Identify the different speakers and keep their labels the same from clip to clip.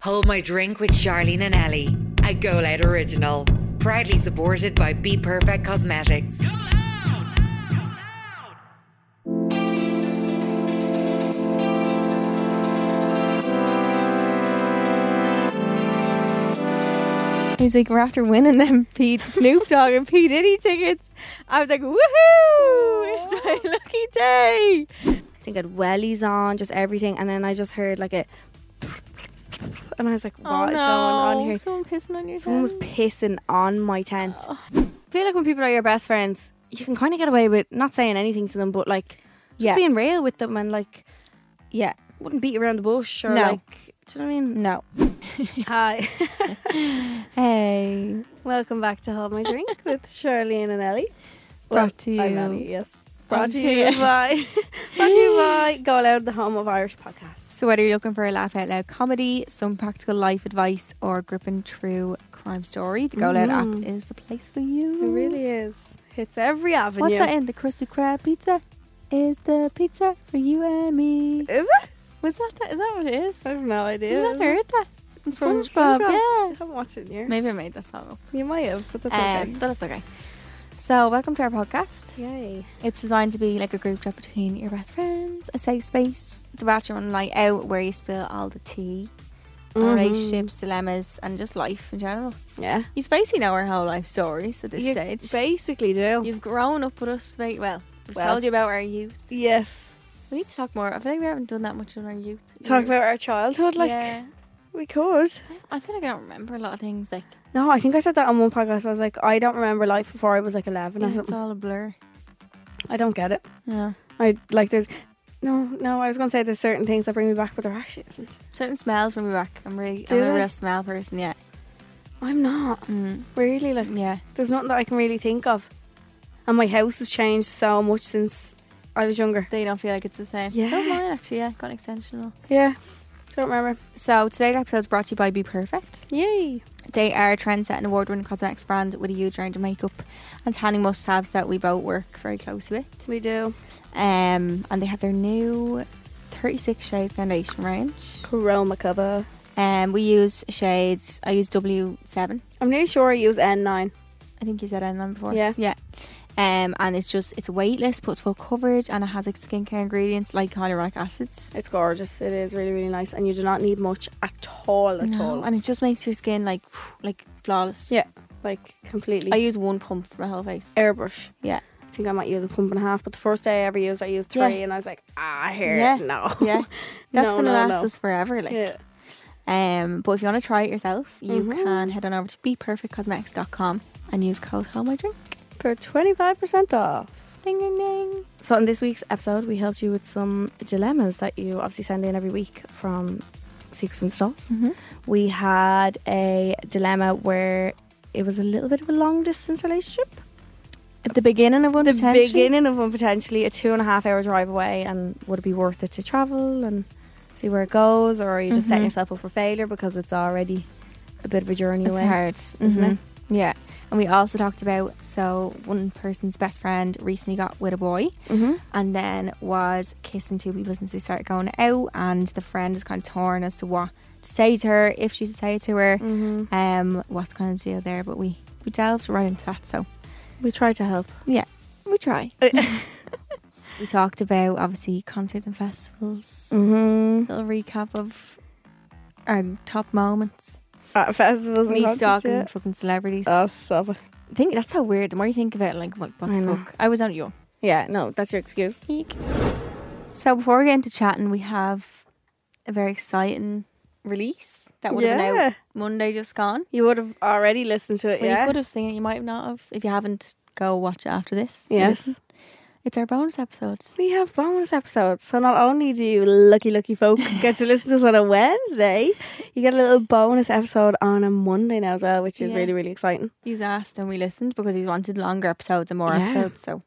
Speaker 1: Hold My Drink with Charlene and Ellie, a Go Loud original. Proudly supported by Be Perfect Cosmetics.
Speaker 2: He's like, we're after winning them P- Snoop Dogg and P Diddy tickets. I was like, woohoo! It's my lucky day. I think I had wellies on, just everything, and then I just heard like a, and I was like, what is going on here?
Speaker 3: Oh, Someone pissing on your
Speaker 2: Someone was
Speaker 3: tent.
Speaker 2: pissing on my tent. I feel like when people are your best friends, you can kind of get away with not saying anything to them, but like just
Speaker 3: Yeah.
Speaker 2: being real with them and like
Speaker 3: Yeah.
Speaker 2: wouldn't beat around the bush or
Speaker 3: No.
Speaker 2: like, do you know what I mean?
Speaker 3: No.
Speaker 2: Hi.
Speaker 3: Hey.
Speaker 2: Welcome back to Hold My Drink with Charlene and Ellie.
Speaker 3: Brought to
Speaker 2: I'm
Speaker 3: you.
Speaker 2: Ellie, yes.
Speaker 3: Brought
Speaker 2: Brought
Speaker 3: to
Speaker 2: to you by Brought to you by Go Loud, the home of Irish podcasts.
Speaker 3: So whether you're looking for a laugh out loud comedy, some practical life advice, or gripping true crime story, the Go Loud
Speaker 2: Mhm.
Speaker 3: app is the place for you.
Speaker 2: It really is. Hits every avenue.
Speaker 3: What's that in the Krusty Krab pizza? Is the pizza for you and me?
Speaker 2: Is it?
Speaker 3: Was that that? Is that what it is?
Speaker 2: I have no idea.
Speaker 3: You not heard that? It's
Speaker 2: From
Speaker 3: from SpongeBob.
Speaker 2: SpongeBob. I
Speaker 3: Yeah.
Speaker 2: haven't watched it in years.
Speaker 3: Maybe I made that song up.
Speaker 2: You might have, Uh, but that's
Speaker 3: Um, but that's okay. So welcome to our podcast.
Speaker 2: okay. Yay.
Speaker 3: It's designed to be like a group chat between your best friends, a safe space, the bachelor and night out where you spill all the tea, on
Speaker 2: Mhm.
Speaker 3: relationships, dilemmas, and just life in general.
Speaker 2: Yeah.
Speaker 3: You basically know our whole life stories at this
Speaker 2: You
Speaker 3: stage.
Speaker 2: Basically do.
Speaker 3: You've grown up with us, mate. Well, we've
Speaker 2: Well.
Speaker 3: told you about our youth.
Speaker 2: yes.
Speaker 3: We need to talk more. I feel like we haven't done that much on our youth.
Speaker 2: Talk about our
Speaker 3: years.
Speaker 2: childhood, like
Speaker 3: yeah.
Speaker 2: we could.
Speaker 3: I feel like I don't remember a lot of things. Like
Speaker 2: No, I think I said that on one podcast. I was like, I don't remember life before I was like eleven
Speaker 3: yeah,
Speaker 2: or
Speaker 3: it's
Speaker 2: something.
Speaker 3: all a blur.
Speaker 2: I don't get it.
Speaker 3: Yeah.
Speaker 2: I like there's no no. I was gonna say there's certain things that bring me back, but there actually isn't.
Speaker 3: Certain smells bring me back. I'm really,
Speaker 2: Do
Speaker 3: I'm a
Speaker 2: they?
Speaker 3: real smell person. Yeah.
Speaker 2: I'm not
Speaker 3: Mm.
Speaker 2: really like
Speaker 3: Yeah.
Speaker 2: there's nothing that I can really think of, and my house has changed so much since I was younger.
Speaker 3: They don't feel like it's the same.
Speaker 2: Yeah.
Speaker 3: So mine actually. Yeah. Got an extension. and all.
Speaker 2: Yeah, don't remember.
Speaker 3: So today's episode is brought to you by Be Perfect.
Speaker 2: Yay!
Speaker 3: They are a trendsetting award-winning cosmetics brand with a huge range of makeup and tanning must-haves that we both work very closely with.
Speaker 2: We do
Speaker 3: Um, and they have their new 36 shade foundation range.
Speaker 2: Chroma cover.
Speaker 3: Um, we use shades. I use W7.
Speaker 2: I'm nearly sure I use N9.
Speaker 3: I think you said N on before.
Speaker 2: Yeah.
Speaker 3: yeah. Um, and it's just it's weightless, but it's full coverage, and it has like skincare ingredients like hyaluronic acids.
Speaker 2: It's gorgeous. It is really really nice, and you do not need much at all at all.
Speaker 3: and it just makes your skin like like flawless.
Speaker 2: Yeah. Like completely
Speaker 3: I use one pump for my whole face.
Speaker 2: airbrush.
Speaker 3: Yeah.
Speaker 2: I think I might use a pump and a half, but the first day I ever used, I used three,
Speaker 3: Yeah.
Speaker 2: and I was like, ah, here,
Speaker 3: Yeah.
Speaker 2: no,
Speaker 3: Yeah, that's
Speaker 2: No,
Speaker 3: gonna
Speaker 2: no,
Speaker 3: last
Speaker 2: no.
Speaker 3: us forever. Like,
Speaker 2: yeah.
Speaker 3: um, but if you want to try it yourself, you
Speaker 2: Mhm.
Speaker 3: can head on over to beperfectcosmetics.com and use code HOMEDRINK.
Speaker 2: for 25% off.
Speaker 3: Ding ding ding.
Speaker 2: So, in this week's episode, we helped you with some dilemmas that you obviously send in every week from Secrets and Stalls.
Speaker 3: Mm.
Speaker 2: We had a dilemma where it was a little bit of a long distance relationship.
Speaker 3: At the beginning of one,
Speaker 2: The
Speaker 3: potentially.
Speaker 2: beginning of one, potentially a two and a half hour drive away, and would it be worth it to travel and see where it goes, or are you just setting
Speaker 3: Mhm.
Speaker 2: yourself up for failure because it's already a bit of a journey
Speaker 3: It's
Speaker 2: away?
Speaker 3: hard,
Speaker 2: isn't it?
Speaker 3: Yeah. And we also talked about so one person's best friend recently got with a boy
Speaker 2: Mm-hmm.
Speaker 3: and then was kissing two people since they started going out and the friend is kind of torn as to what to say to her, if she should say it to her,
Speaker 2: Mm-hmm.
Speaker 3: um, what's kind of deal there. But we, we delved right into that. So
Speaker 2: We try to help.
Speaker 3: we try. we talked about obviously concerts and festivals.
Speaker 2: Mm-hmm.
Speaker 3: Little recap of our top moments.
Speaker 2: At festivals and
Speaker 3: Me
Speaker 2: concerts,
Speaker 3: stalking
Speaker 2: yeah.
Speaker 3: fucking celebrities.
Speaker 2: Oh, stop it.
Speaker 3: I think that's so weird. The more you think about it, like, what, what
Speaker 2: I
Speaker 3: the
Speaker 2: know.
Speaker 3: fuck? I was only young.
Speaker 2: Yeah, no, that's your excuse.
Speaker 3: So before we get into chatting, we have a very exciting release that would have been out Monday just gone.
Speaker 2: You would have already listened to it,
Speaker 3: Well,
Speaker 2: yeah?
Speaker 3: You could have seen it. You might not have. If you haven't, go watch it after this.
Speaker 2: Yes.
Speaker 3: Listen. It's our bonus episode.
Speaker 2: We have bonus episodes. So not only do you lucky, lucky folk get to listen to us on a Wednesday, you get a little bonus episode on a Monday now as well, which is
Speaker 3: Yeah.
Speaker 2: really, really exciting.
Speaker 3: He's asked and we listened because he's wanted longer episodes and more
Speaker 2: Yeah.
Speaker 3: episodes. So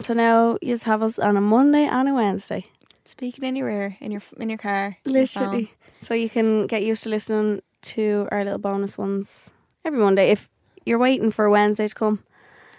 Speaker 2: So now you just have us on a Monday and a Wednesday.
Speaker 3: speaking anywhere in your in your car, your phone.
Speaker 2: Literally. So you can get used to listening to our little bonus ones every Monday if you're waiting for Wednesday to come.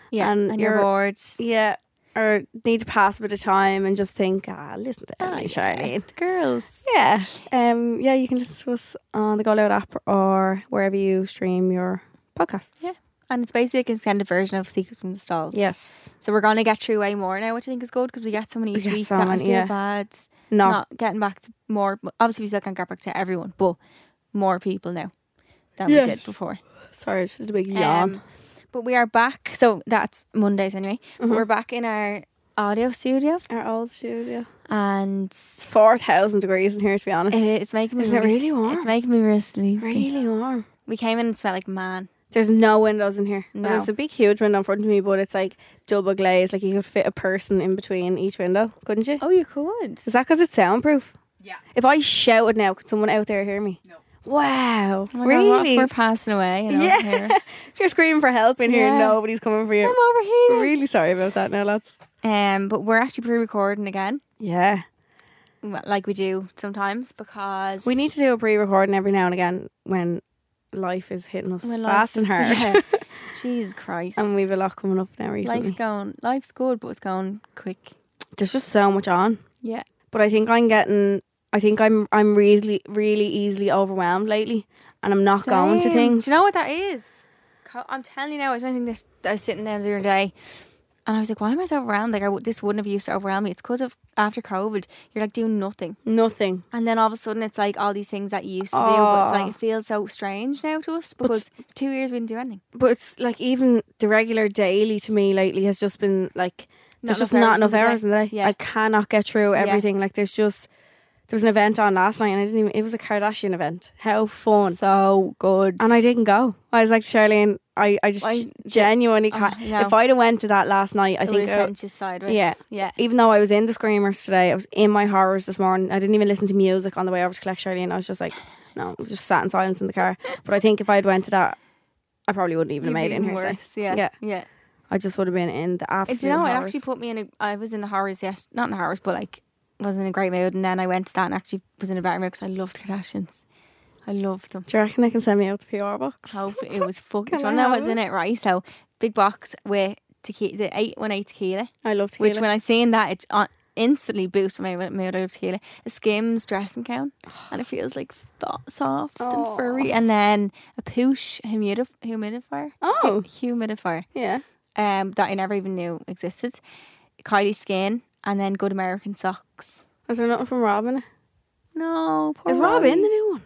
Speaker 3: yeah,
Speaker 2: And
Speaker 3: and, your
Speaker 2: you're-
Speaker 3: boards.
Speaker 2: Yeah. or need to pass a bit of time and just think, ah, listen to Emily Charlene.
Speaker 3: Girls.
Speaker 2: Yeah. Um, yeah, you can listen to us on the Go Loud app or wherever you stream your podcasts.
Speaker 3: Yeah. And it's basically like an extended version of Secret from the Stalls.
Speaker 2: Yes.
Speaker 3: So we're going to get through way more now, which I think is good because we get so many each
Speaker 2: get
Speaker 3: week
Speaker 2: so
Speaker 3: that
Speaker 2: many,
Speaker 3: I feel
Speaker 2: yeah.
Speaker 3: bad
Speaker 2: No.
Speaker 3: not getting back to more. Obviously, we still can't get back to everyone, but more people now than
Speaker 2: Yeah.
Speaker 3: we did before.
Speaker 2: Sorry, it's just a big yawn.
Speaker 3: Um, but we are back. So that's Mondays anyway.
Speaker 2: Mm-hmm.
Speaker 3: But we're back in our audio studio
Speaker 2: Our old studio.
Speaker 3: and
Speaker 2: It's 4,000 degrees in here, to be honest.
Speaker 3: it- it's making me
Speaker 2: Isn't it
Speaker 3: really,
Speaker 2: really warm?
Speaker 3: It's making me really sleepy.
Speaker 2: really warm.
Speaker 3: We came in and smelled like man.
Speaker 2: There's no windows in here.
Speaker 3: No.
Speaker 2: There's a big, huge window in front of me, but it's like double glazed. Like you could fit a person in between each window, couldn't you?
Speaker 3: Oh, you could.
Speaker 2: Is that because it's soundproof? Yeah. If I shouted now, could someone out there hear me? No. Wow.
Speaker 3: Oh my God, what if
Speaker 2: really?
Speaker 3: we're passing away. And
Speaker 2: Yeah.
Speaker 3: yeah. Here.
Speaker 2: if you're screaming for help in here,
Speaker 3: Yeah.
Speaker 2: nobody's coming for you.
Speaker 3: I'm overheated.
Speaker 2: really sorry about that now, lads.
Speaker 3: Um, but we're actually pre-recording again,
Speaker 2: Yeah.
Speaker 3: well, like we do sometimes, because
Speaker 2: We need to do a pre recording every now and again when life is hitting us
Speaker 3: when life
Speaker 2: fast and
Speaker 3: is-
Speaker 2: hard.
Speaker 3: yeah. Jesus Christ!
Speaker 2: and we've a lot coming up now recently.
Speaker 3: life's going, life's good, but it's going quick.
Speaker 2: There's just so much on.
Speaker 3: Yeah,
Speaker 2: but I think I'm getting. I think I'm I'm really really easily overwhelmed lately, and I'm not going to
Speaker 3: Same.
Speaker 2: things.
Speaker 3: Do you know what that is? Co- I'm telling you now. I was thinking this. I was sitting there the other day, and I was like, "Why am I so overwhelmed? Like, I w- this wouldn't have used to overwhelm me. It's because of after COVID, you're like doing nothing,
Speaker 2: nothing.
Speaker 3: and then all of a sudden, it's like all these things that you used to do, but it's like it feels so strange now to us because two years we didn't do anything.
Speaker 2: But it's like even the regular daily to me lately has just been like there's just not enough hours in the day.
Speaker 3: Yeah.
Speaker 2: I cannot get through everything. Like there's just there was an event on last night, and I didn't even. It was a Kardashian event. How fun!
Speaker 3: so good.
Speaker 2: and I didn't go. I was like Charlene. I I just
Speaker 3: I-
Speaker 2: genuinely can't.
Speaker 3: I know.
Speaker 2: If I'd have went to that last night, I
Speaker 3: I think
Speaker 2: think I,
Speaker 3: sent you sideways.
Speaker 2: Yeah.
Speaker 3: yeah.
Speaker 2: even though I was in the Screamers today, I was in my horrors this morning. I didn't even listen to music on the way over to collect Charlene. I was just like, no, I just sat in silence in the car. But I think if I'd went to that, I probably wouldn't even have made it in here. today.
Speaker 3: worse. Yeah,
Speaker 2: Yeah.
Speaker 3: yeah, yeah.
Speaker 2: I just would have been in the
Speaker 3: Do
Speaker 2: absolute
Speaker 3: you know? It
Speaker 2: horrors.
Speaker 3: actually put me in a. I was in the horrors. Yes, not in the horrors, but like was in a great mood. And then I went to that and actually was in a better mood because I loved Kardashians. I loved them.
Speaker 2: Do you reckon they can send me out the PR box?
Speaker 3: How f- it was fucking.
Speaker 2: Can
Speaker 3: Do you
Speaker 2: I
Speaker 3: know
Speaker 2: have
Speaker 3: what's in it? Right, so big box with tequila, the eight one eight tequila.
Speaker 2: I love tequila.
Speaker 3: Which when I seen that, it uh, instantly boosted my mood of tequila. A Skims dressing gown, and it feels like tho- soft and furry. And then a Poosh humidif- humidifier. Hu-
Speaker 2: Oh.
Speaker 3: humidifier.
Speaker 2: yeah.
Speaker 3: Um, that I never even knew existed. Kylie skin, and then Good American socks.
Speaker 2: Is there nothing from Robin?
Speaker 3: No, poor
Speaker 2: Is Rob in the new one?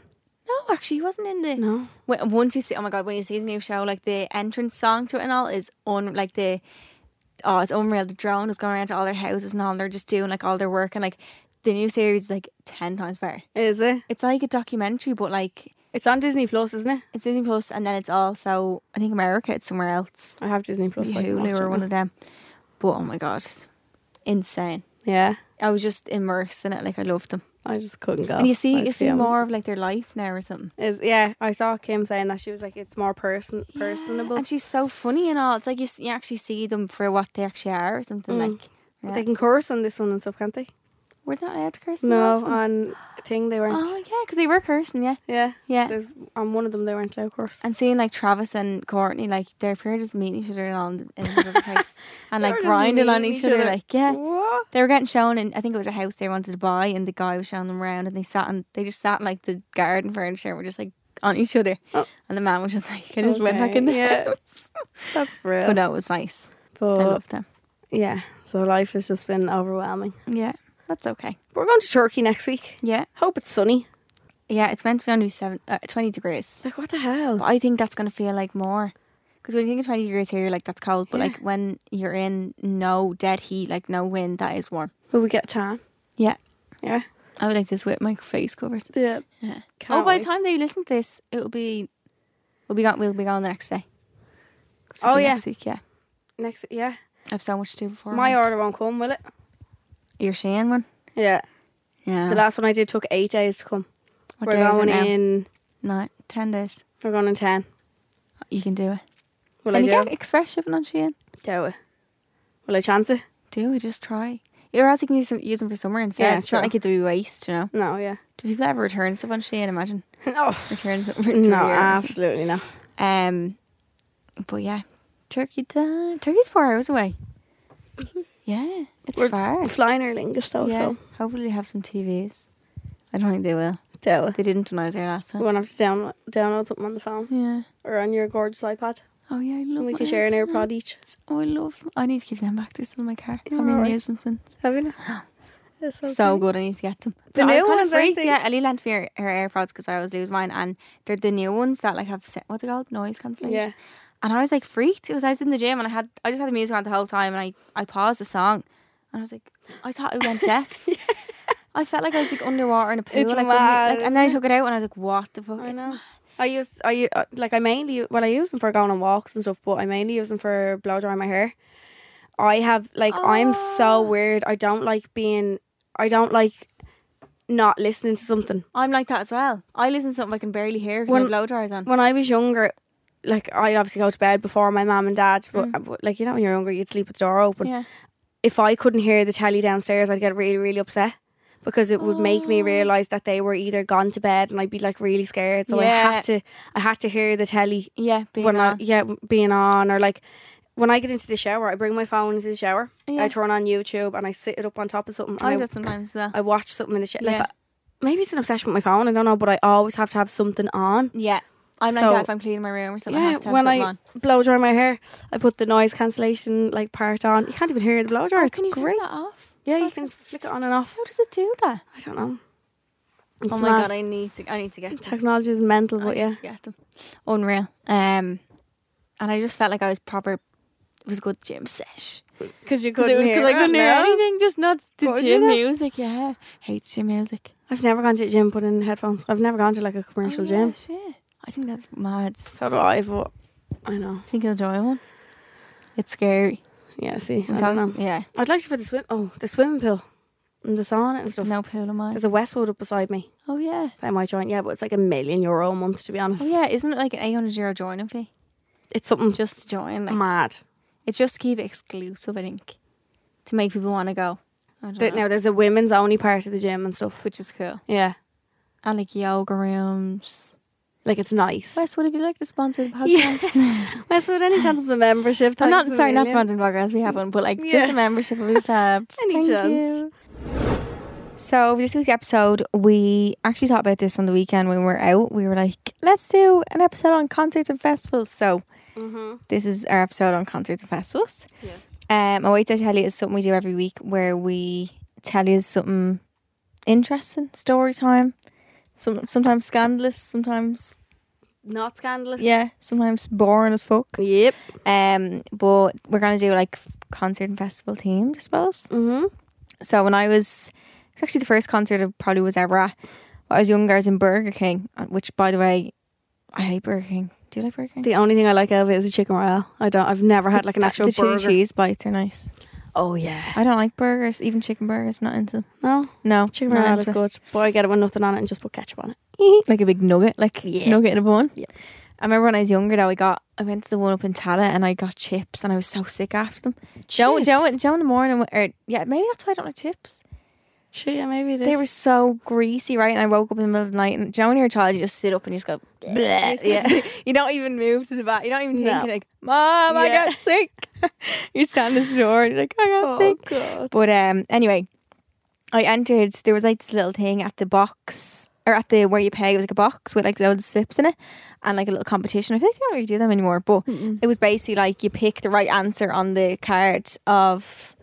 Speaker 3: No, actually, he wasn't in the.
Speaker 2: No.
Speaker 3: When, once you see, oh my god, when you see the new show, like the entrance song to it and all is un, like the, oh, it's unreal. The drone is going around to all their houses and all, and they're just doing like all their work and like the new series is like ten times better.
Speaker 2: Is it?
Speaker 3: It's like a documentary, but like
Speaker 2: It's on Disney Plus, isn't it?
Speaker 3: it's Disney Plus, and then it's also I think America, it's somewhere else,
Speaker 2: I have Disney Plus. so I can watch
Speaker 3: Hulu
Speaker 2: it
Speaker 3: or one
Speaker 2: now.
Speaker 3: of them. But oh my god, it's insane!
Speaker 2: Yeah.
Speaker 3: I was just immersed in it, like I loved them.
Speaker 2: I just couldn't go.
Speaker 3: And you see,
Speaker 2: I
Speaker 3: you
Speaker 2: just
Speaker 3: see
Speaker 2: feel-
Speaker 3: more of like their life now or something.
Speaker 2: Is yeah, I saw Kim saying that she was like it's more person personable.
Speaker 3: And she's so funny and all. It's like you, s- you actually see them for what they actually are or something.
Speaker 2: Mm.
Speaker 3: Like, yeah.
Speaker 2: They can curse on this one and stuff, can't they?
Speaker 3: were they not allowed to curse? in the last
Speaker 2: No,
Speaker 3: one?
Speaker 2: on thing they weren't.
Speaker 3: Oh, yeah, because they were cursing, yeah.
Speaker 2: yeah,
Speaker 3: Yeah.
Speaker 2: There's on one of them they weren't allowed course.
Speaker 3: And seeing like Travis and Courtney, like their pair just meeting each other and all in the other place and
Speaker 2: They
Speaker 3: like
Speaker 2: were just
Speaker 3: grinding on
Speaker 2: meeting
Speaker 3: each,
Speaker 2: each
Speaker 3: other,
Speaker 2: other.
Speaker 3: Like, yeah.
Speaker 2: What?
Speaker 3: They were getting shown, and I think it was a house they wanted to buy, and the guy was showing them around, and they sat and they just sat in like the garden furniture and were just like on each other.
Speaker 2: Oh.
Speaker 3: And the man was just like, I just went back
Speaker 2: Okay,
Speaker 3: in the
Speaker 2: yeah.
Speaker 3: house.
Speaker 2: That's real.
Speaker 3: But uh, no, it was nice. I
Speaker 2: But
Speaker 3: loved them.
Speaker 2: yeah, so life has just been overwhelming.
Speaker 3: Yeah, that's okay.
Speaker 2: We're going to Turkey next week.
Speaker 3: Yeah.
Speaker 2: Hope it's sunny.
Speaker 3: Yeah, it's meant to be only seven, uh, 20 degrees.
Speaker 2: It's like what the hell?
Speaker 3: But I think that's going to feel like more. Because when you think of 20 degrees here, you're like, that's cold. But like when you're in no dead heat, like no wind, that is warm.
Speaker 2: Will we get tan?
Speaker 3: Yeah.
Speaker 2: Yeah.
Speaker 3: I would like this with my face covered.
Speaker 2: Yeah.
Speaker 3: Yeah.
Speaker 2: Can't
Speaker 3: oh, by
Speaker 2: wait.
Speaker 3: the time they listen to this, it'll be, we'll be gone, we'll be gone the next day. 'Cause it'll
Speaker 2: Oh,
Speaker 3: be
Speaker 2: yeah.
Speaker 3: Next week, yeah.
Speaker 2: Next, yeah.
Speaker 3: I have so much to do before.
Speaker 2: My order won't come, will it?
Speaker 3: Your Shane one?
Speaker 2: Yeah.
Speaker 3: Yeah.
Speaker 2: The last one I did took eight days to come.
Speaker 3: what
Speaker 2: we're
Speaker 3: day is it
Speaker 2: going
Speaker 3: now?
Speaker 2: in.
Speaker 3: No, 10 days.
Speaker 2: We're going in ten.
Speaker 3: You can do it.
Speaker 2: Will
Speaker 3: Can
Speaker 2: I
Speaker 3: you
Speaker 2: do?
Speaker 3: get express shipping on Shane?
Speaker 2: do it. Will I chance it?
Speaker 3: Do it, just try. Or else you can use, use them for summer instead.
Speaker 2: Yeah,
Speaker 3: it's
Speaker 2: true.
Speaker 3: not like it'd be waste, you know.
Speaker 2: No. Yeah.
Speaker 3: Do people ever return stuff on Shein? Imagine
Speaker 2: no.
Speaker 3: return stuff.
Speaker 2: No. Absolutely not.
Speaker 3: Um, but yeah, turkey time. Turkey's four hours away. Yeah, it's
Speaker 2: Mm-hmm. We're
Speaker 3: far.
Speaker 2: flying Aer Lingus though,
Speaker 3: yeah,
Speaker 2: so
Speaker 3: hopefully they have some TVs. I don't think they will.
Speaker 2: so
Speaker 3: They didn't when I was there last
Speaker 2: we
Speaker 3: time.
Speaker 2: won't have to download download something on the phone
Speaker 3: Yeah.
Speaker 2: or on your gorgeous iPad,
Speaker 3: Oh yeah, I love.
Speaker 2: and we
Speaker 3: my
Speaker 2: can share an
Speaker 3: iPads.
Speaker 2: AirPod each.
Speaker 3: Oh, I love. I need to give them back. They're still in my car. I
Speaker 2: You're
Speaker 3: haven't even
Speaker 2: alright.
Speaker 3: used them since.
Speaker 2: Having it. That's
Speaker 3: So
Speaker 2: great.
Speaker 3: good. I need to get them.
Speaker 2: The
Speaker 3: I was
Speaker 2: new
Speaker 3: kinda
Speaker 2: ones, aren't
Speaker 3: freaked,
Speaker 2: they?
Speaker 3: Yeah, Ellie lent me her, her AirPods because I always lose mine, and they're the new ones that like have se- what's it called noise cancellation.
Speaker 2: Yeah.
Speaker 3: And I was like freaked because I was in the gym and I had I just had the music on the whole time and I I paused the song and I was like I thought I went deaf. I felt like I was like underwater in a pool.
Speaker 2: It's
Speaker 3: like,
Speaker 2: mad,
Speaker 3: like, and then I took it out and I was like, what the fuck?
Speaker 2: I
Speaker 3: It's
Speaker 2: know. I use I u- uh, like I mainly well I use them for going on walks and stuff, but I mainly use them for blow drying my hair. I have like I'm so weird. I don't like being. I don't like not listening to something.
Speaker 3: I'm like that as well. I listen to something I can barely hear because
Speaker 2: When-
Speaker 3: my blow dryer's on.
Speaker 2: When I was younger, like I'd obviously go to bed before my mum and dad, but, but, like you know when you're younger, you'd sleep with the door open.
Speaker 3: Mm. yeah.
Speaker 2: If I couldn't hear the telly downstairs, I'd get really really upset. Because it would make me realize that they were either gone to bed, and I'd be like really scared. So I
Speaker 3: Yeah.
Speaker 2: had to, I had to hear the telly
Speaker 3: Yeah. Being
Speaker 2: when
Speaker 3: on.
Speaker 2: I, yeah w- being on or like when I get into the shower, I bring my phone into the shower.
Speaker 3: Oh, Yeah.
Speaker 2: I turn on YouTube and I sit it up on top of
Speaker 3: I
Speaker 2: something.
Speaker 3: do
Speaker 2: And I,
Speaker 3: that sometimes as well.
Speaker 2: I watch something in the shower. Like
Speaker 3: Yeah.
Speaker 2: uh, maybe it's an obsession with my phone. I don't know, but I always have to have something on.
Speaker 3: yeah. I'm like
Speaker 2: So-
Speaker 3: that if I'm cleaning my room or something. I have to have
Speaker 2: when
Speaker 3: something
Speaker 2: I
Speaker 3: on.
Speaker 2: blow dry my hair, I put the noise cancellation like part on. You can't even hear the blow dryer. it's
Speaker 3: Oh, Can you turn
Speaker 2: great.
Speaker 3: that off?
Speaker 2: Yeah, you can flick it on and off.
Speaker 3: How does it do that?
Speaker 2: I don't know. It's
Speaker 3: oh my
Speaker 2: mad.
Speaker 3: god, I need to. I need to get them.
Speaker 2: Technology is mental,
Speaker 3: I
Speaker 2: but
Speaker 3: need
Speaker 2: yeah.
Speaker 3: to get them. Unreal. Um, and I just felt like I was proper. It was a good gym sesh.
Speaker 2: Because you
Speaker 3: Because I couldn't hear anything, just not the
Speaker 2: What would you
Speaker 3: gym
Speaker 2: do?
Speaker 3: music. Yeah, hate gym music.
Speaker 2: I've never gone to a gym putting in headphones. I've never gone to like a
Speaker 3: Oh,
Speaker 2: commercial
Speaker 3: yeah,
Speaker 2: gym.
Speaker 3: shit. I think that's mad.
Speaker 2: So do I, but I know.
Speaker 3: Think you'll enjoy one? It's scary.
Speaker 2: Yeah, see,
Speaker 3: I'm
Speaker 2: I don't
Speaker 3: telling-
Speaker 2: know.
Speaker 3: Yeah.
Speaker 2: I'd like to put the swim. Oh, the swimming pool and the sauna and stuff.
Speaker 3: No pool of mine.
Speaker 2: There's a Westwood up beside me
Speaker 3: Oh yeah.
Speaker 2: that I might join. Yeah, but it's like a million euro a month to be honest.
Speaker 3: Oh yeah. Isn't it like an eight hundred euro joining fee
Speaker 2: it's something just
Speaker 3: just to join? Like,
Speaker 2: mad.
Speaker 3: it's just to keep it exclusive, I think, to make people want to go. I don't
Speaker 2: There-
Speaker 3: know.
Speaker 2: Now there's a women's only part of the gym and stuff.
Speaker 3: Which is cool.
Speaker 2: Yeah,
Speaker 3: And like yoga rooms.
Speaker 2: like it's nice.
Speaker 3: Westwood, if you like to sponsor the podcast.
Speaker 2: Yes. Westwood, any chance of a membership?
Speaker 3: I'm not
Speaker 2: Thanks a
Speaker 3: sorry, not
Speaker 2: million.
Speaker 3: sponsored podcast. We have one, but like
Speaker 2: Yeah.
Speaker 3: just a membership of Lutab.
Speaker 2: Any
Speaker 3: Thank
Speaker 2: chance.
Speaker 3: you. So for this week's episode, we actually thought about this on the weekend when we were out. We were like, let's do an episode on concerts and festivals. So this is our episode on concerts and festivals.
Speaker 2: Mm-hmm. Yes.
Speaker 3: Um, I wait to tell you is something we do every week where we tell you something interesting, story time. Some sometimes scandalous, sometimes
Speaker 2: Not scandalous.
Speaker 3: yeah, sometimes boring as fuck.
Speaker 2: Yep.
Speaker 3: Um, but we're gonna do like f- concert and festival themed, I suppose.
Speaker 2: Mhm.
Speaker 3: So when I was, it's actually the first concert I probably was ever at. When I was younger, I was in Burger King, uh, which by the way, I hate Burger King. Do you like Burger King?
Speaker 2: The only thing I like out of it is a chicken royale. I don't. I've never had like an
Speaker 3: The-
Speaker 2: actual
Speaker 3: the two
Speaker 2: burger.
Speaker 3: cheese bites are nice.
Speaker 2: Oh yeah.
Speaker 3: I don't like burgers, even chicken burgers. Not into them.
Speaker 2: No,
Speaker 3: No,
Speaker 2: chicken
Speaker 3: not
Speaker 2: royale
Speaker 3: into
Speaker 2: is
Speaker 3: it.
Speaker 2: good, but I get it with nothing on it and just put ketchup on it.
Speaker 3: like a big nugget, like
Speaker 2: Yeah.
Speaker 3: nugget in a bun.
Speaker 2: Yeah.
Speaker 3: I remember when I was younger though, I got I went to the one up in Tala and I got chips and I was so sick after them. Joe, Joe, Joe in the morning, or yeah, maybe that's why I don't like chips.
Speaker 2: Sure, yeah, maybe it is.
Speaker 3: They were so greasy, right? And I woke up in the middle of the night, and do you know when you're a child, you just sit up and you just go, bleh. You, just- you don't even move to the back. You don't even
Speaker 2: No.
Speaker 3: think, you're like, Mom, I
Speaker 2: Yeah.
Speaker 3: got sick. you're standing at the door, and you're like, I got
Speaker 2: Oh,
Speaker 3: sick.
Speaker 2: God.
Speaker 3: But um, anyway, I entered. There was like this little thing at the box or at the where you pay. It was like a box with like loads of slips in it, and like a little competition. I feel like they don't really do them anymore. But it was basically like you pick the right answer on the card of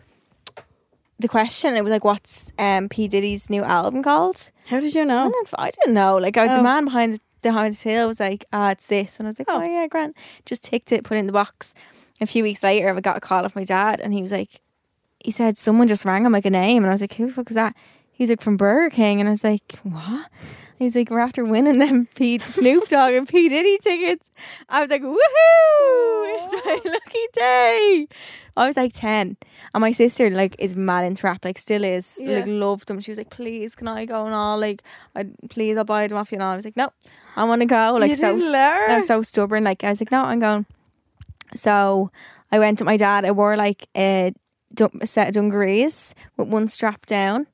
Speaker 3: the question. It was like, "What's um, P Diddy's new album called?"
Speaker 2: How did you
Speaker 3: I
Speaker 2: know?
Speaker 3: don't. I didn't know. Like I,
Speaker 2: Oh.
Speaker 3: the man behind the behind the till was like, "Ah, it's this," and I was like, "Oh,
Speaker 2: Oh.
Speaker 3: yeah, Grant." Just ticked it, put it in the box. A few weeks later, I got a call off my dad, and he was like, "He said someone just rang him like a name," and I was like, "Who the fuck was that?" He's like from Burger King, and I was like, "What?" He's like, "We're after winning them P Snoop Dogg and P Diddy tickets." I was like, "Woohoo!" It's my lucky day. I was like ten, and my sister like is mad into rap, like still is,
Speaker 2: Yeah.
Speaker 3: like loved them. She was like, "Please, can I go?" And all like, "I please, I'll buy them off you." And all. I was like, "No, I want to go." Like
Speaker 2: You
Speaker 3: so,
Speaker 2: didn't
Speaker 3: s-
Speaker 2: learn.
Speaker 3: I was so stubborn. Like I was like, "No, I'm going." So I went to my dad. I wore like a, dun- a set of dungarees with one strap down.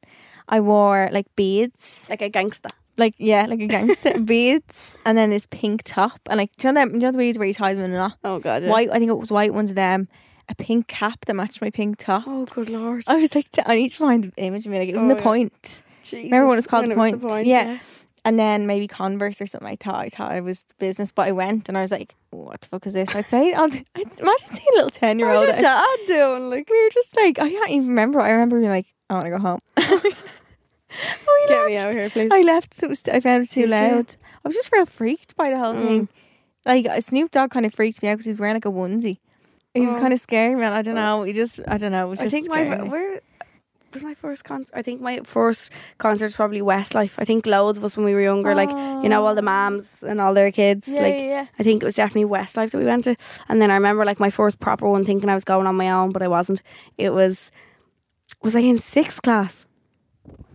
Speaker 3: I wore like beads,
Speaker 2: Like a gangster.
Speaker 3: like yeah, like a gangster beads, and then this pink top, and like do you know, them, do you know the beads where you tie them in a knot?
Speaker 2: Oh God. yeah.
Speaker 3: White, I think it was white ones of them, a pink cap that matched my pink top.
Speaker 2: Oh, good lord.
Speaker 3: I was like, "D- I need to find the image of me. Like, it was in
Speaker 2: Oh,
Speaker 3: the
Speaker 2: yeah.
Speaker 3: point.
Speaker 2: Jesus.
Speaker 3: Remember when it was called
Speaker 2: When
Speaker 3: the,
Speaker 2: it was
Speaker 3: point?
Speaker 2: The
Speaker 3: Yeah. And then maybe Converse or something. I thought I thought it was the business, but I went and I was like, "What the fuck is this?" I'd say, I'd, I'd imagine seeing a little ten year
Speaker 2: What was
Speaker 3: old.
Speaker 2: your dad doing? Like,
Speaker 3: We were just like, I can't even remember. I remember being like, I want to go home. We
Speaker 2: get me
Speaker 3: left.
Speaker 2: out of here, please.
Speaker 3: I left. It was, I found it too
Speaker 2: Did you?
Speaker 3: loud. I was just real freaked by the whole
Speaker 2: Mm.
Speaker 3: thing. Like uh, Snoop Dogg kind of freaked me out because he was wearing like a onesie. He was
Speaker 2: Oh.
Speaker 3: kind of scary, man. I don't know. He just, I don't know. It was
Speaker 2: I
Speaker 3: just
Speaker 2: think my
Speaker 3: scaring
Speaker 2: fir-
Speaker 3: me.
Speaker 2: where was my first concert. I think my first concert was probably Westlife. I think loads of us when we were younger, like you know, all the moms and all their kids.
Speaker 3: Yeah,
Speaker 2: like
Speaker 3: yeah, yeah.
Speaker 2: I think it was definitely Westlife that we went to. And then I remember like my first proper one, thinking I was going on my own, but I wasn't. It was was I in sixth class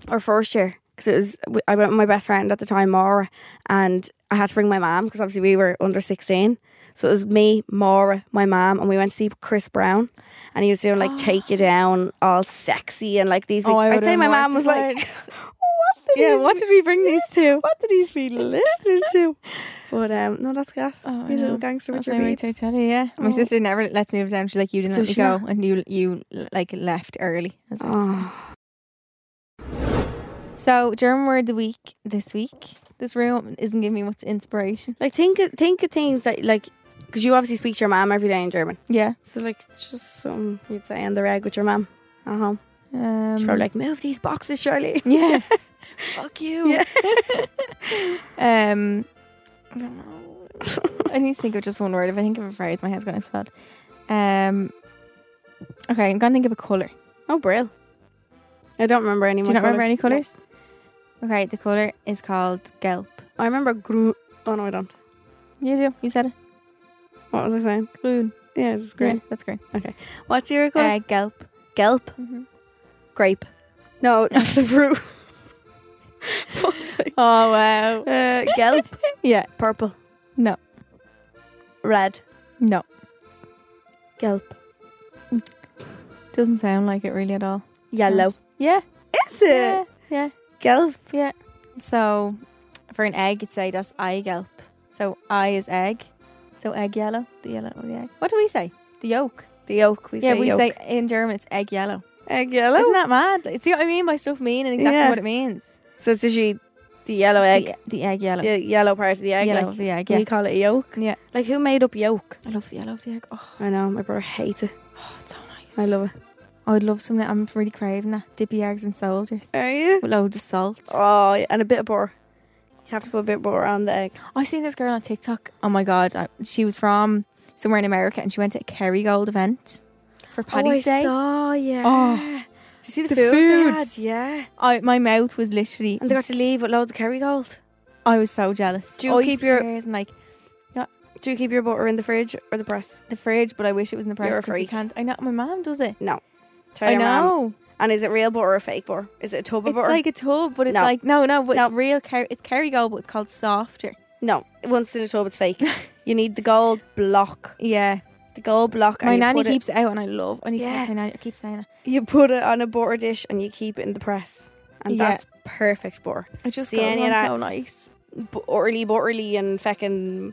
Speaker 2: or first year? Because it was we- I went with my best friend at the time, Maura, and I had to bring my mom because obviously we were under sixteen. So it was me, Maura, my mom, and we went to see Chris Brown, and he was doing like "Take You Down," all sexy, and like these. Big,
Speaker 3: Oh, I
Speaker 2: I'd
Speaker 3: would've
Speaker 2: say my
Speaker 3: marked
Speaker 2: mom was
Speaker 3: his
Speaker 2: like,
Speaker 3: words.
Speaker 2: "What? Did
Speaker 3: yeah.
Speaker 2: these
Speaker 3: What did we bring these to?
Speaker 2: what did these be listening to? But um, no, that's gas.
Speaker 3: Oh, I
Speaker 2: He's a little
Speaker 3: know.
Speaker 2: gangster with
Speaker 3: That's
Speaker 2: your
Speaker 3: my way
Speaker 2: beats.
Speaker 3: to tell you, yeah. My
Speaker 2: Oh.
Speaker 3: sister never lets me live down. She's like, you didn't let
Speaker 2: Does
Speaker 3: me
Speaker 2: she
Speaker 3: go,
Speaker 2: not?
Speaker 3: and you you like left early. I was like,
Speaker 2: Oh,
Speaker 3: So German word of the week this week. This room isn't giving me much inspiration.
Speaker 2: like think of- think of things that like because you obviously speak to your mom every day in German.
Speaker 3: Yeah.
Speaker 2: So like just something you'd say on the reg with your mom at home.
Speaker 3: Um,
Speaker 2: She's probably like move these boxes, Shirley.
Speaker 3: Yeah.
Speaker 2: Fuck you.
Speaker 3: Yeah. um. I don't know. I need to think of just one word. If I think of a phrase, my head's going to explode. Um. Okay, I'm gonna think of a color.
Speaker 2: Oh, brill. I don't remember any.
Speaker 3: Do you not remember any colors? Okay, the color is called gelb.
Speaker 2: I remember grün. Oh no, I don't.
Speaker 3: You do. You said it.
Speaker 2: What was I saying?
Speaker 3: Green.
Speaker 2: Yeah, it's green.
Speaker 3: Green. That's green.
Speaker 2: What's your color?
Speaker 3: Uh, gelb.
Speaker 2: Gelb.
Speaker 3: Mm-hmm.
Speaker 2: Grape. No, that's a fruit. Fuck's sake.
Speaker 3: Oh wow.
Speaker 2: Uh, gelb.
Speaker 3: Yeah.
Speaker 2: Purple.
Speaker 3: No.
Speaker 2: Red.
Speaker 3: No.
Speaker 2: Gelb.
Speaker 3: Doesn't sound like it really at all.
Speaker 2: Yellow.
Speaker 3: Yeah.
Speaker 2: Is it?
Speaker 3: Yeah. Yeah.
Speaker 2: Gelb.
Speaker 3: So for an egg, you'd say that's eye gelp. So eye is egg. So egg yellow, the yellow of the egg. What do we say? The yolk.
Speaker 2: The yolk. We
Speaker 3: yeah,
Speaker 2: say
Speaker 3: we
Speaker 2: yolk.
Speaker 3: say in German it's egg yellow.
Speaker 2: egg yellow.
Speaker 3: Isn't that mad? Like, See what I mean by stuff meaning and exactly
Speaker 2: Yeah.
Speaker 3: what it means.
Speaker 2: so it's usually the yellow egg.
Speaker 3: The, the egg yellow.
Speaker 2: The, yellow part of the egg.
Speaker 3: yellow
Speaker 2: like,
Speaker 3: of the egg.
Speaker 2: We
Speaker 3: Yeah.
Speaker 2: call it a yolk.
Speaker 3: yeah.
Speaker 2: Like who made up yolk?
Speaker 3: I love the yellow of the egg. Oh,
Speaker 2: I know my brother hates it.
Speaker 3: oh, it's so nice.
Speaker 2: I love it.
Speaker 3: I would love something. I'm really craving that. Dippy eggs and soldiers.
Speaker 2: Are you?
Speaker 3: With loads of salt.
Speaker 2: Oh, yeah, and a bit of butter. You have to put a bit of butter on the egg.
Speaker 3: I seen this girl on TikTok. Oh my god, I, she was from somewhere in America, and she went to a Kerrygold event for Paddy's Day.
Speaker 2: Oh, saw. Yeah.
Speaker 3: Oh.
Speaker 2: Did you see
Speaker 3: The
Speaker 2: the, food? they
Speaker 3: foods.
Speaker 2: had? Yeah.
Speaker 3: I, my mouth was literally.
Speaker 2: And they got to leave with loads of Kerrygold.
Speaker 3: I was so jealous.
Speaker 2: Do you keep your-
Speaker 3: Oysters and like
Speaker 2: Do you keep your butter in the fridge or the press?
Speaker 3: the fridge? But I wish it was in the
Speaker 2: You're
Speaker 3: press
Speaker 2: a
Speaker 3: because you
Speaker 2: freak.
Speaker 3: can't. I know my mom does it.
Speaker 2: Tell
Speaker 3: I
Speaker 2: your mum.
Speaker 3: know.
Speaker 2: And is it real butter or fake butter? Is it a tub of
Speaker 3: It's
Speaker 2: butter?
Speaker 3: like a tub, but it's
Speaker 2: No.
Speaker 3: like no, no, but
Speaker 2: No.
Speaker 3: it's real. Ker- it's Kerrygold, but it's called softer.
Speaker 2: no, once in a tub, it's fake. you need the gold block.
Speaker 3: Yeah,
Speaker 2: The gold block.
Speaker 3: my
Speaker 2: and you
Speaker 3: nanny
Speaker 2: put it-
Speaker 3: keeps it out, and I love. I need to
Speaker 2: Yeah.
Speaker 3: tell my nanny. I keep saying that.
Speaker 2: you put it on a butter dish and you keep it in the press, and
Speaker 3: Yeah.
Speaker 2: that's perfect butter.
Speaker 3: I just
Speaker 2: See,
Speaker 3: goes
Speaker 2: any of
Speaker 3: on
Speaker 2: that-
Speaker 3: so nice.
Speaker 2: Butterly, butterly, and feckin'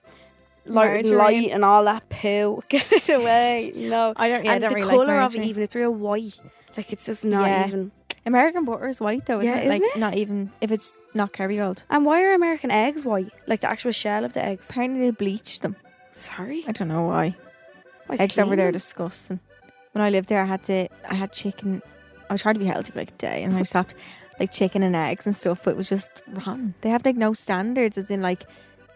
Speaker 2: light, and
Speaker 3: Margarine.
Speaker 2: light and all that poo. Get it away. No.
Speaker 3: I don't. Yeah, I
Speaker 2: and
Speaker 3: don't
Speaker 2: the
Speaker 3: really like
Speaker 2: colour of it,
Speaker 3: margarine.
Speaker 2: even, it's real white. Like, it's just not
Speaker 3: Yeah.
Speaker 2: even.
Speaker 3: American butter is white though, isn't
Speaker 2: Yeah,
Speaker 3: it?
Speaker 2: isn't
Speaker 3: like
Speaker 2: it?
Speaker 3: not even if it's not Kerrygold.
Speaker 2: And why are American eggs white? Like, the actual shell of the eggs.
Speaker 3: Apparently they bleach them.
Speaker 2: Sorry.
Speaker 3: I don't know why.
Speaker 2: Why
Speaker 3: Eggs over
Speaker 2: clean
Speaker 3: there are
Speaker 2: them?
Speaker 3: disgusting. When I lived there, I had to. I had chicken. I tried to be healthy for like a day, and I stopped like chicken and eggs and stuff. But it was just rotten. They have like no standards, as in like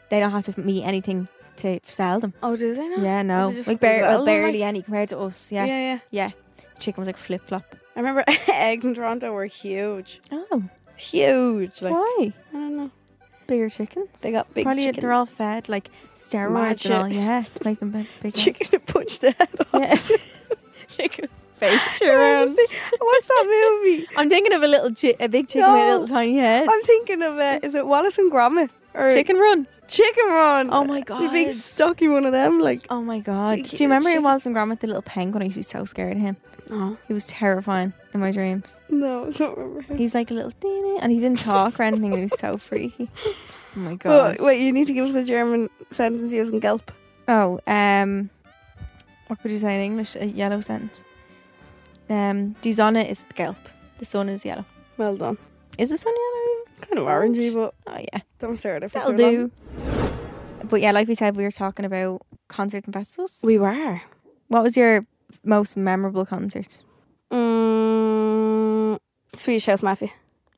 Speaker 3: they don't have to meet anything to sell them.
Speaker 2: Oh, do they not?
Speaker 3: Yeah, no,
Speaker 2: just
Speaker 3: like bar-
Speaker 2: sell
Speaker 3: well,
Speaker 2: them,
Speaker 3: barely any compared to us.
Speaker 2: Yeah,
Speaker 3: Yeah,
Speaker 2: yeah. yeah.
Speaker 3: chicken was like flip flop.
Speaker 2: I remember eggs in Toronto were huge.
Speaker 3: Oh,
Speaker 2: Huge. Like,
Speaker 3: why
Speaker 2: I don't know.
Speaker 3: bigger chickens?
Speaker 2: They got big
Speaker 3: Probably
Speaker 2: chicken.
Speaker 3: they're all fed like steroids
Speaker 2: Mad shit.
Speaker 3: and all. Yeah, to make them big. big
Speaker 2: chicken that punched the head off.
Speaker 3: Yeah.
Speaker 2: chicken.
Speaker 3: Patreon.
Speaker 2: What's that movie?
Speaker 3: I'm thinking of a little, chi- a big chicken with a
Speaker 2: No.
Speaker 3: little tiny head.
Speaker 2: I'm thinking of uh, is it Wallace and Gromit or
Speaker 3: Chicken Run.
Speaker 2: Chicken Run?
Speaker 3: Oh my
Speaker 2: the big
Speaker 3: God.
Speaker 2: stocky one of them. Like
Speaker 3: Oh my god!
Speaker 2: Big
Speaker 3: Do you remember in
Speaker 2: chicken.
Speaker 3: Wallace and Gromit the little penguin? I used to be so scared of him.
Speaker 2: oh
Speaker 3: He was terrifying in my dreams.
Speaker 2: no, I don't remember. him.
Speaker 3: He's like a little teeny, and he didn't talk or anything. and He was so freaky. Oh my
Speaker 2: Oh,
Speaker 3: god!
Speaker 2: wait, you need to give us a German sentence using gelp.
Speaker 3: Oh, um, what could you say in English? A yellow sentence. Um, die Sonne ist gelb. The sun is yellow.
Speaker 2: Well done.
Speaker 3: Is the sun yellow?
Speaker 2: Kind of orangey, but
Speaker 3: Oh yeah,
Speaker 2: don't stare at it. for
Speaker 3: that'll
Speaker 2: too long.
Speaker 3: do. But yeah, like we said, we were talking about concerts and festivals.
Speaker 2: We were.
Speaker 3: What was your most memorable concert?
Speaker 2: Mm, Swedish House Mafia.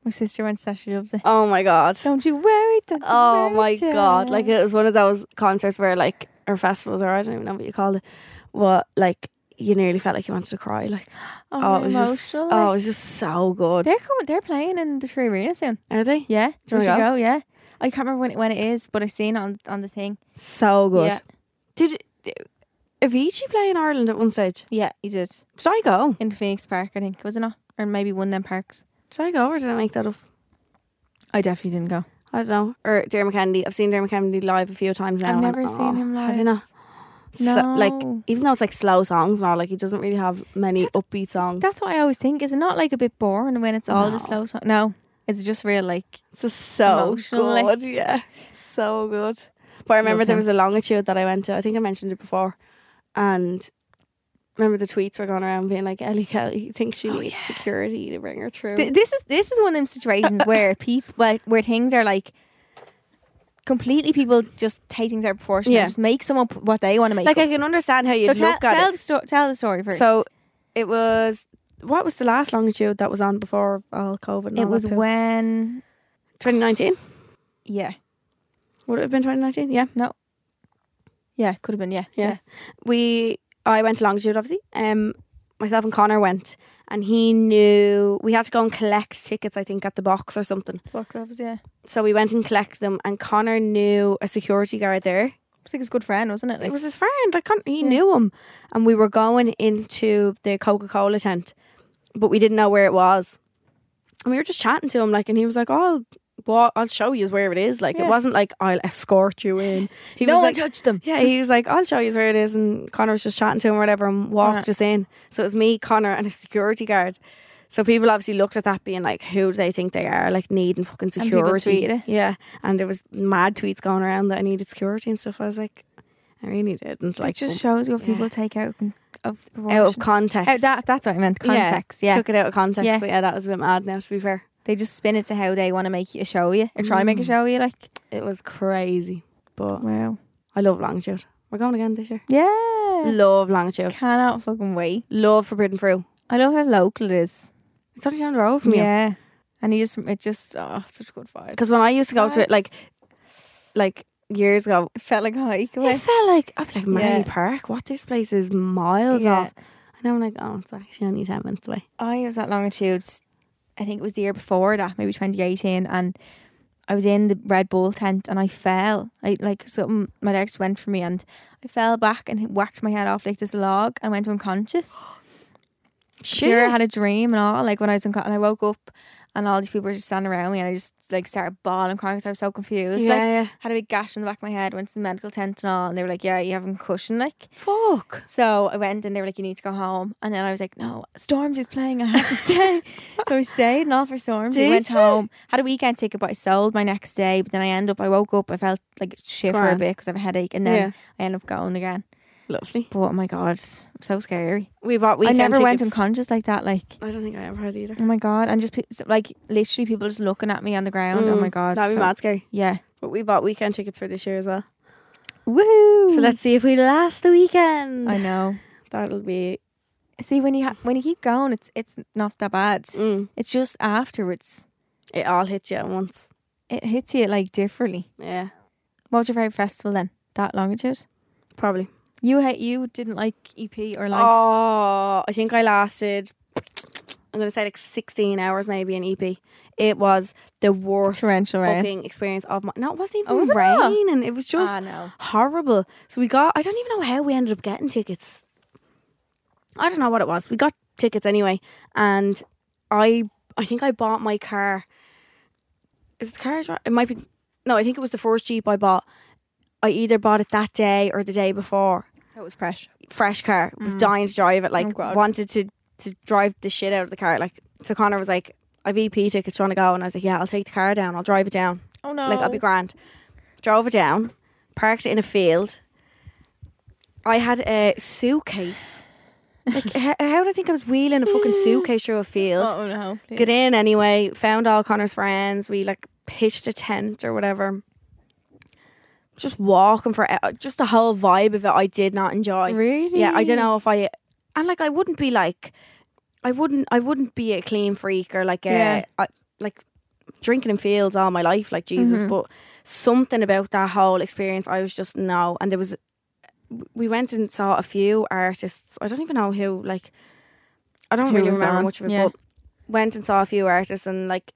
Speaker 3: My sister went to that. She loved it.
Speaker 2: Oh my god.
Speaker 3: Don't you worry. Don't you
Speaker 2: Oh
Speaker 3: worry,
Speaker 2: my
Speaker 3: child.
Speaker 2: god! Like it was one of those concerts where, like, or festivals, or I don't even know what you called it, but like you nearly felt like you wanted to cry. Like,
Speaker 3: oh,
Speaker 2: oh,
Speaker 3: we're
Speaker 2: it was just,
Speaker 3: emotional,
Speaker 2: oh, it
Speaker 3: like.
Speaker 2: was just so good.
Speaker 3: they're coming. They're playing in the Tree Arena soon.
Speaker 2: Are they
Speaker 3: Yeah,
Speaker 2: Do you
Speaker 3: we should
Speaker 2: wanna
Speaker 3: go? Yeah, I can't remember when it, when it is, but I've seen it on on the thing.
Speaker 2: so good?
Speaker 3: Yeah.
Speaker 2: Did, did Avicii play in Ireland at one stage?
Speaker 3: Yeah, you did
Speaker 2: Did I go?
Speaker 3: in Phoenix Park, I think, was it not? Or maybe one of them parks.
Speaker 2: Did I go, or did I make that up?
Speaker 3: I definitely didn't go.
Speaker 2: I don't know. Or Dermot Kennedy. I've seen Dermot Kennedy live a few times now.
Speaker 3: I've
Speaker 2: and-
Speaker 3: never seen
Speaker 2: oh,
Speaker 3: him
Speaker 2: Have you
Speaker 3: live.
Speaker 2: not? So, like
Speaker 3: No.
Speaker 2: even though it's like slow songs and all, like he doesn't really have many upbeat songs.
Speaker 3: That's what I always think. Is it not like a bit boring when it's all just
Speaker 2: No.
Speaker 3: slow song? No, it's just real like
Speaker 2: It's just so
Speaker 3: Emotional, like-
Speaker 2: good. Yeah, so good. But I remember there was a longitude that I went to. I think I mentioned it before, and remember the tweets were going around being like, "Ellie Kelly thinks she needs security to bring her through."
Speaker 3: Th- this is this is one of them situations where people where, where things are like completely people just take things out of proportion
Speaker 2: Yeah.
Speaker 3: and just make someone p- what they want to make.
Speaker 2: like
Speaker 3: up.
Speaker 2: I can understand how you
Speaker 3: so
Speaker 2: would
Speaker 3: tell
Speaker 2: look at
Speaker 3: tell
Speaker 2: it.
Speaker 3: the sto- tell the story first.
Speaker 2: So it was what was the last longitude that was on before all COVID? And
Speaker 3: it was when
Speaker 2: 2019.
Speaker 3: yeah
Speaker 2: Would it have been 2019? Yeah.
Speaker 3: yeah could have been yeah
Speaker 2: Yeah. we I went to Longitude obviously. Um myself and Connor went and he knew we had to go and collect tickets I think at the box or something.
Speaker 3: box office yeah.
Speaker 2: So we went and collected them and Connor knew a security guard there.
Speaker 3: It's like his good friend, wasn't it? Like,
Speaker 2: It was his friend. I can't, he knew him. And we were going into the Coca-Cola tent, but we didn't know where it was. And we were just chatting to him like and he was like, "Oh, well, I'll show you where it is." Like it
Speaker 3: Yeah.
Speaker 2: wasn't like I'll escort you in. He was like,
Speaker 3: judged them.
Speaker 2: yeah, he was like, I'll show you where it is. And Connor was just chatting to him or whatever and walked
Speaker 3: Right.
Speaker 2: us in. So it was me, Connor, and a security guard. So people obviously looked at that being like, who do they think they are? Like needing fucking
Speaker 3: And people
Speaker 2: security.
Speaker 3: tweeted it.
Speaker 2: Yeah. And there was mad tweets going around that I needed security and stuff. I was like, I really didn't. Like,
Speaker 3: It just shows what
Speaker 2: yeah.
Speaker 3: people take out of con- of
Speaker 2: out of
Speaker 3: proportion.
Speaker 2: context.
Speaker 3: Uh, that that's what I meant. Context. Yeah,
Speaker 2: Took it out of context.
Speaker 3: Yeah.
Speaker 2: But yeah, that was a bit mad now, to be fair.
Speaker 3: they just spin it to how they want to make you show you or try and make a show you. Like
Speaker 2: It was crazy. But
Speaker 3: Mm. wow,
Speaker 2: I love Longitude. We're going again this year.
Speaker 3: yeah,
Speaker 2: Love Longitude.
Speaker 3: cannot fucking wait.
Speaker 2: Love Forbidden Fruit.
Speaker 3: I love how local it is.
Speaker 2: It's only down the road from you.
Speaker 3: Yeah, and you just it just oh such a good vibe.
Speaker 2: Because when I used to go to it, like, like years ago,
Speaker 3: It felt like a hike.
Speaker 2: it felt like I'd be like Marley
Speaker 3: Yeah.
Speaker 2: Park. What this place is miles
Speaker 3: Yeah.
Speaker 2: off. And I'm like, oh, it's actually only ten minutes away.
Speaker 3: I was at Longitudes, I think it was the year before that, maybe 2018, and I was in the Red Bull tent and I fell. I like something my legs went for me and I fell back and whacked my head off like this log and went unconscious. Sure, I had a dream and all. Like when I was unconscious, and I woke up and all these people were just standing around me and I just like started bawling crying because I was so confused.
Speaker 2: yeah,
Speaker 3: Like
Speaker 2: yeah.
Speaker 3: had a big gash in the back of my head. Went to the medical tent and all, and they were like, "Yeah, you have a concussion." Like
Speaker 2: Fuck.
Speaker 3: so I went and they were like, you need to go home. And then I was like, no, Storms is playing. I have to stay. so I stayed and all for Storms. I
Speaker 2: Did
Speaker 3: went
Speaker 2: you?
Speaker 3: home, had a weekend ticket, but I sold my next day. But then I ended up, I woke up, I felt like shit for a
Speaker 2: Grand.
Speaker 3: bit because I have a headache. And then I ended up going again.
Speaker 2: Lovely.
Speaker 3: But oh my God, it's so scary.
Speaker 2: We
Speaker 3: I
Speaker 2: bought. Weekend
Speaker 3: never went
Speaker 2: tickets.
Speaker 3: unconscious like that. Like,
Speaker 2: I don't think I ever had either.
Speaker 3: oh my God. And just pe- so, like literally people just looking at me on the ground. oh
Speaker 2: Mm,
Speaker 3: my God.
Speaker 2: That'd be
Speaker 3: so-
Speaker 2: mad scary.
Speaker 3: Yeah.
Speaker 2: But we bought weekend tickets for this year as well.
Speaker 3: Woohoo.
Speaker 2: So let's see if we last the weekend.
Speaker 3: I know.
Speaker 2: That'll be.
Speaker 3: See when you ha- when you keep going, it's it's not that bad.
Speaker 2: Mm,
Speaker 3: It's just afterwards.
Speaker 2: it all hits you at once.
Speaker 3: it hits you like differently.
Speaker 2: Yeah,
Speaker 3: What was your favorite festival then? That longitude.
Speaker 2: probably.
Speaker 3: You hate you didn't like EP or like
Speaker 2: Oh, I think I lasted. I'm gonna say like 16 hours, maybe an EP. It was the worst
Speaker 3: torrential rain.
Speaker 2: fucking experience of my. No, it wasn't even
Speaker 3: Oh, was it not?
Speaker 2: rain, and it was just
Speaker 3: Ah, no.
Speaker 2: horrible. So we got. I don't even know how we ended up getting tickets. I don't know what it was. We got tickets anyway, and I. I think I bought my car. Is it the car? It might be. No, I think it was the first Jeep I bought. I either bought it that day or the day before
Speaker 3: That was fresh.
Speaker 2: fresh car. Was dying to drive it. Like
Speaker 3: Mm. Oh, God.
Speaker 2: wanted to to drive the shit out of the car. Like so, Connor was like, "I've EP tickets, trying to go," and I was like, "Yeah, I'll take the car down. I'll drive it down.
Speaker 3: Oh no.
Speaker 2: Like I'll be grand." Drove it down, parked it in a field. I had a suitcase. Like, how, how do I think I was wheeling a fucking suitcase through a field?
Speaker 3: Oh no.
Speaker 2: Get in anyway. Found all Connor's friends. We like pitched a tent or whatever. Just walking for uh, just the whole vibe of it. I did not enjoy.
Speaker 3: Really?
Speaker 2: Yeah, I don't know if I and like I wouldn't be like I wouldn't I wouldn't be a clean freak or like a
Speaker 3: Yeah.
Speaker 2: I, like drinking in fields all my life like Jesus,
Speaker 3: Mm-hmm.
Speaker 2: but something about that whole experience I was just no. And there was we went and saw a few artists. I don't even know who like I don't
Speaker 3: Who
Speaker 2: really
Speaker 3: was
Speaker 2: remember
Speaker 3: on,
Speaker 2: much of it,
Speaker 3: yeah.
Speaker 2: but went and saw a few artists and like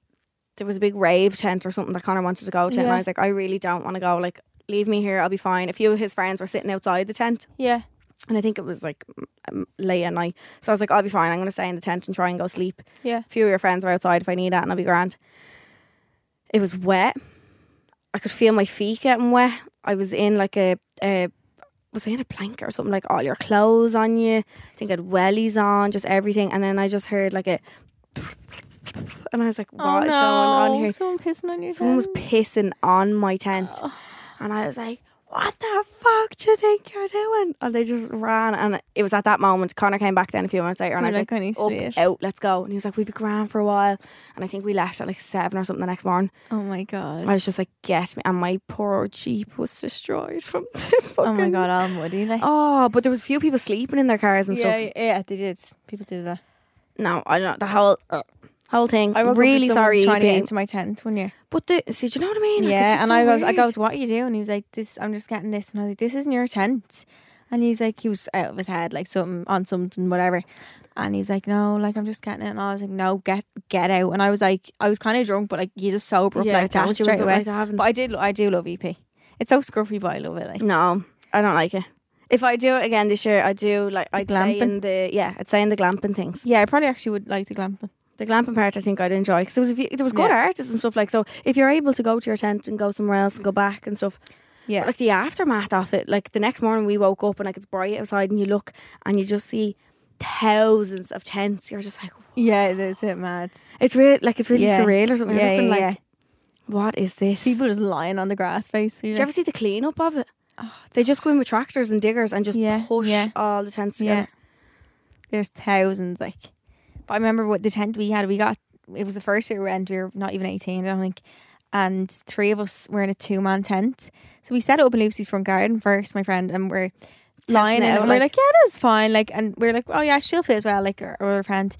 Speaker 2: there was a big rave tent or something that Connor wanted to go to and
Speaker 3: Yeah.
Speaker 2: I was like, I really don't want to go. Like, leave me here, I'll be fine. A few of his friends were sitting outside the tent
Speaker 3: Yeah.
Speaker 2: and I think it was like um, late at night. So I was like, I'll be fine. I'm going to stay in the tent and try and go sleep.
Speaker 3: Yeah.
Speaker 2: A few of your friends are outside if I need that, and I'll be grand. It was wet. I could feel my feet getting wet. I was in like a, a was I in a blanket or something? Like all your clothes on you. I think I had wellies on, just everything. And then I just heard like a, and I was like,
Speaker 3: oh
Speaker 2: "What is
Speaker 3: no.
Speaker 2: going on here?
Speaker 3: Someone pissing on your
Speaker 2: Someone was
Speaker 3: tent.
Speaker 2: pissing on my tent. And I was like, what the fuck do you think you're doing? And they just ran. And it was at that moment, Connor came back then a few minutes later and I was
Speaker 3: You're
Speaker 2: like,
Speaker 3: like, "I need to do
Speaker 2: up,
Speaker 3: it."
Speaker 2: out, let's go. And he was like, we'd be grand for a while. And I think we left at like seven or something the next morning.
Speaker 3: Oh my god.
Speaker 2: I was just like, get me. And my poor old Jeep was destroyed from the fucking.
Speaker 3: oh my god, all muddy like.
Speaker 2: Oh, but there was a few people sleeping in their cars and
Speaker 3: yeah,
Speaker 2: stuff.
Speaker 3: yeah, they did. People did that.
Speaker 2: No, I don't know. The whole. uh, Whole thing.
Speaker 3: I was
Speaker 2: really sorry,
Speaker 3: trying to get
Speaker 2: EP.
Speaker 3: into my tent one year.
Speaker 2: but the, see, do you know what I mean? Like, it's
Speaker 3: Yeah,
Speaker 2: just
Speaker 3: and
Speaker 2: so
Speaker 3: I goes, I
Speaker 2: weird.
Speaker 3: goes, what are you doing? And he was like, this, I'm just getting this, and I was like, this isn't your tent. And he was like, he was out of his head, like something on something, whatever. And he was like, no, like I'm just getting it, and I was like, no, get get out. And I was like, I was kind of drunk, but like you just sober up
Speaker 2: Yeah,
Speaker 3: like
Speaker 2: don't
Speaker 3: that
Speaker 2: you,
Speaker 3: straight
Speaker 2: isn't it?
Speaker 3: away.
Speaker 2: Like, I haven't-
Speaker 3: but I did, I do love EP. It's so scruffy, but I love it. Like,
Speaker 2: No, I don't like it. If I do it again this year, I do like I'd stay in
Speaker 3: glamping?
Speaker 2: the yeah, I'd stay in the glamping things.
Speaker 3: yeah, I probably actually would like the glamping.
Speaker 2: The glamping part, I think I'd enjoy because there was a few, there was good
Speaker 3: Yeah.
Speaker 2: artists and stuff like so. If you're able to go to your tent and go somewhere else and go back and stuff,
Speaker 3: Yeah,
Speaker 2: but, like the aftermath of it, like the next morning we woke up and like it's bright outside and you look and you just see thousands of tents. You're just like,
Speaker 3: yeah, that's a bit mad.
Speaker 2: it's real, like it's really
Speaker 3: Yeah.
Speaker 2: surreal or something. You're
Speaker 3: Yeah,
Speaker 2: looking
Speaker 3: yeah, yeah.
Speaker 2: like, what is this?
Speaker 3: People just lying on the grass, basically.
Speaker 2: Did
Speaker 3: like-
Speaker 2: you ever see the cleanup of it? they just go in with tractors and diggers and just
Speaker 3: Oh, Yeah,
Speaker 2: push
Speaker 3: yeah.
Speaker 2: all the tents together.
Speaker 3: There's thousands, like. But I remember what the tent we had, we got, it was the first year we went, we were not even 18, I don't think. And three of us were in a two man tent. So we set it up in Lucy's front garden first, my friend, and we're lying in
Speaker 2: it
Speaker 3: it.
Speaker 2: out,
Speaker 3: And we're
Speaker 2: like-
Speaker 3: like, yeah, that's fine. Like, and we're like, oh yeah, she'll fit as well, like our, our other friend.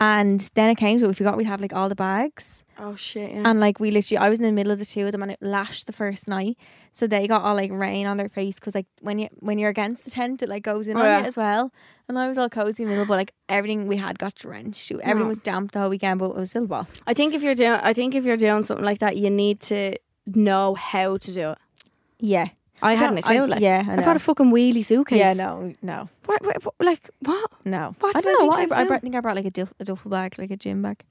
Speaker 3: And then it came to it, we forgot we'd have like all the bags.
Speaker 2: Oh shit! Yeah.
Speaker 3: And like we literally, I was in the middle of the two of them, and it lashed the first night, so they got all like rain on their face because like when you when you're against the tent, it like goes in
Speaker 2: Oh,
Speaker 3: on
Speaker 2: yeah.
Speaker 3: you as well. And I was all cozy in the middle, but like everything we had got drenched. Everything
Speaker 2: Oh.
Speaker 3: was damp the whole weekend, but it was still well.
Speaker 2: I think if you're doing, I think if you're doing something like that, you need to know how to do it.
Speaker 3: Yeah,
Speaker 2: I
Speaker 3: Don't-
Speaker 2: hadn't a clue.
Speaker 3: I-
Speaker 2: like,
Speaker 3: yeah, I
Speaker 2: I,
Speaker 3: know.
Speaker 2: brought a fucking wheelie suitcase.
Speaker 3: yeah, no, no,
Speaker 2: What, what, what- like what?
Speaker 3: no.
Speaker 2: What
Speaker 3: I
Speaker 2: did I
Speaker 3: don't know
Speaker 2: think
Speaker 3: why.
Speaker 2: I
Speaker 3: I,
Speaker 2: was
Speaker 3: brought- I
Speaker 2: doing?
Speaker 3: brought- I think I brought like a, duff, a duffel bag, like a gym bag.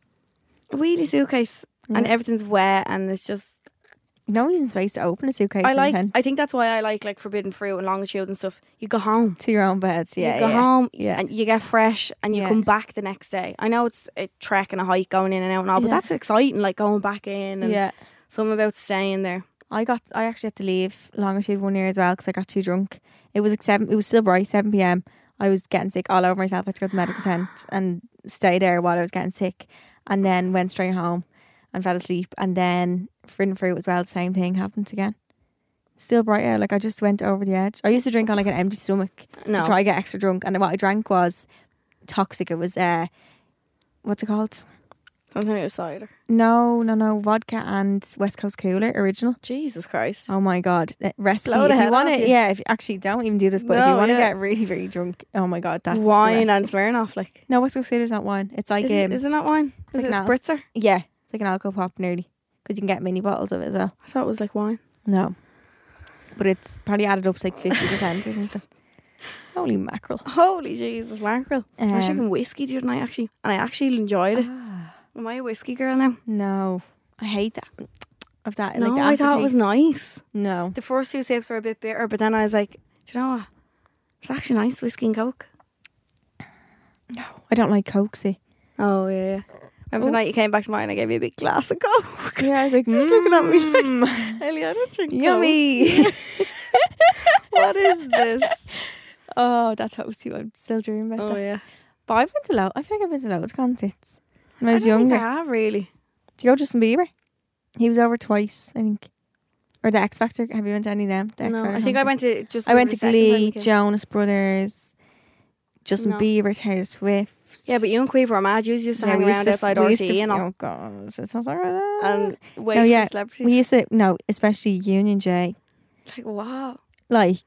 Speaker 2: A wheelie suitcase, and everything's wet, and it's just.
Speaker 3: No even space to open a suitcase.
Speaker 2: I
Speaker 3: in
Speaker 2: like.
Speaker 3: the tent.
Speaker 2: I think that's why I like like forbidden fruit and longitude and stuff. You go home.
Speaker 3: to your own beds. Yeah,
Speaker 2: you go
Speaker 3: yeah.
Speaker 2: home
Speaker 3: yeah.
Speaker 2: and you get fresh and you
Speaker 3: Yeah.
Speaker 2: come back the next day. I know it's a trek and a hike going in and out and all, but
Speaker 3: Yeah.
Speaker 2: that's exciting, like going back in and
Speaker 3: yeah.
Speaker 2: something about staying there.
Speaker 3: I got I actually had to leave longitude one year as well because I got too drunk. It was like seven. It was still bright, seven p.m. I was getting sick all over myself. I had to go to the medical tent and stay there while I was getting sick, and then went straight home and fell asleep. And then forbidden fruit as well. The same thing happened again. Still bright out. Like I just went over the edge. I used to drink on like an empty stomach
Speaker 2: No.
Speaker 3: to try to get extra drunk, and what I drank was toxic. It was uh, what's it called?
Speaker 2: Something outside.
Speaker 3: No, no, no. Vodka and West Coast Cooler original.
Speaker 2: Jesus Christ.
Speaker 3: Oh my god, that recipe!
Speaker 2: Blow the
Speaker 3: If you
Speaker 2: hell
Speaker 3: want
Speaker 2: off you.
Speaker 3: to, yeah. If actually don't even do this, but if
Speaker 2: No,
Speaker 3: you want to
Speaker 2: yeah.
Speaker 3: get really, really drunk, oh my god, that's the
Speaker 2: wine and
Speaker 3: recipe.
Speaker 2: Smirnoff, like.
Speaker 3: no, West Coast Cooler's not wine. It's like
Speaker 2: Is
Speaker 3: um,
Speaker 2: it, isn't that wine? Is
Speaker 3: like
Speaker 2: it
Speaker 3: an al-
Speaker 2: spritzer?
Speaker 3: yeah, it's like an alcohol pop nearly because you can get mini bottles of it as well.
Speaker 2: I thought it was like wine.
Speaker 3: No, but it's probably added up to like fifty percent or something. Holy mackerel!
Speaker 2: Holy Jesus, mackerel! I was
Speaker 3: Um,
Speaker 2: drinking whiskey the other night actually, and I actually enjoyed it. Am I a whiskey girl now?
Speaker 3: No, I hate that of that.
Speaker 2: No,
Speaker 3: like the
Speaker 2: I thought it was
Speaker 3: aftertaste.
Speaker 2: nice.
Speaker 3: No,
Speaker 2: The first few sips were a bit bitter, but then I was like, do you know what? It's actually nice whiskey and coke.
Speaker 3: no, I don't like Coke. See,
Speaker 2: Oh yeah. Remember the night you came back to mine and I gave you a big glass of coke.
Speaker 3: yeah, I was like,
Speaker 2: Just looking at me
Speaker 3: Mm,
Speaker 2: like, Ellie, I don't drink Coke.
Speaker 3: yummy.
Speaker 2: What is this?
Speaker 3: Oh, that toast you. I'm still dreaming about that.
Speaker 2: Oh, yeah.
Speaker 3: But I've been to loads. I feel like I've been to loads of concerts when I,
Speaker 2: I
Speaker 3: was
Speaker 2: don't think
Speaker 3: younger.
Speaker 2: I have really.
Speaker 3: Do you go to Justin Bieber? He was over twice, I think. Or the X Factor. Have you went to any of them? The X
Speaker 2: No,
Speaker 3: Factor
Speaker 2: I think I
Speaker 3: concert?
Speaker 2: went to just.
Speaker 3: I went to
Speaker 2: the second time we
Speaker 3: Glee,
Speaker 2: came.
Speaker 3: Jonas Brothers, Justin
Speaker 2: No.
Speaker 3: Bieber, Taylor Swift.
Speaker 2: Yeah, but you and Queeve were mad. You used to hang
Speaker 3: we used
Speaker 2: around
Speaker 3: to-
Speaker 2: outside
Speaker 3: we
Speaker 2: RT
Speaker 3: used to-
Speaker 2: and all, Um,
Speaker 3: oh god, let's not talk about that.
Speaker 2: and wait
Speaker 3: No,
Speaker 2: for
Speaker 3: yeah,
Speaker 2: celebrities.
Speaker 3: we used to no, especially Union J.
Speaker 2: like wow.
Speaker 3: Like,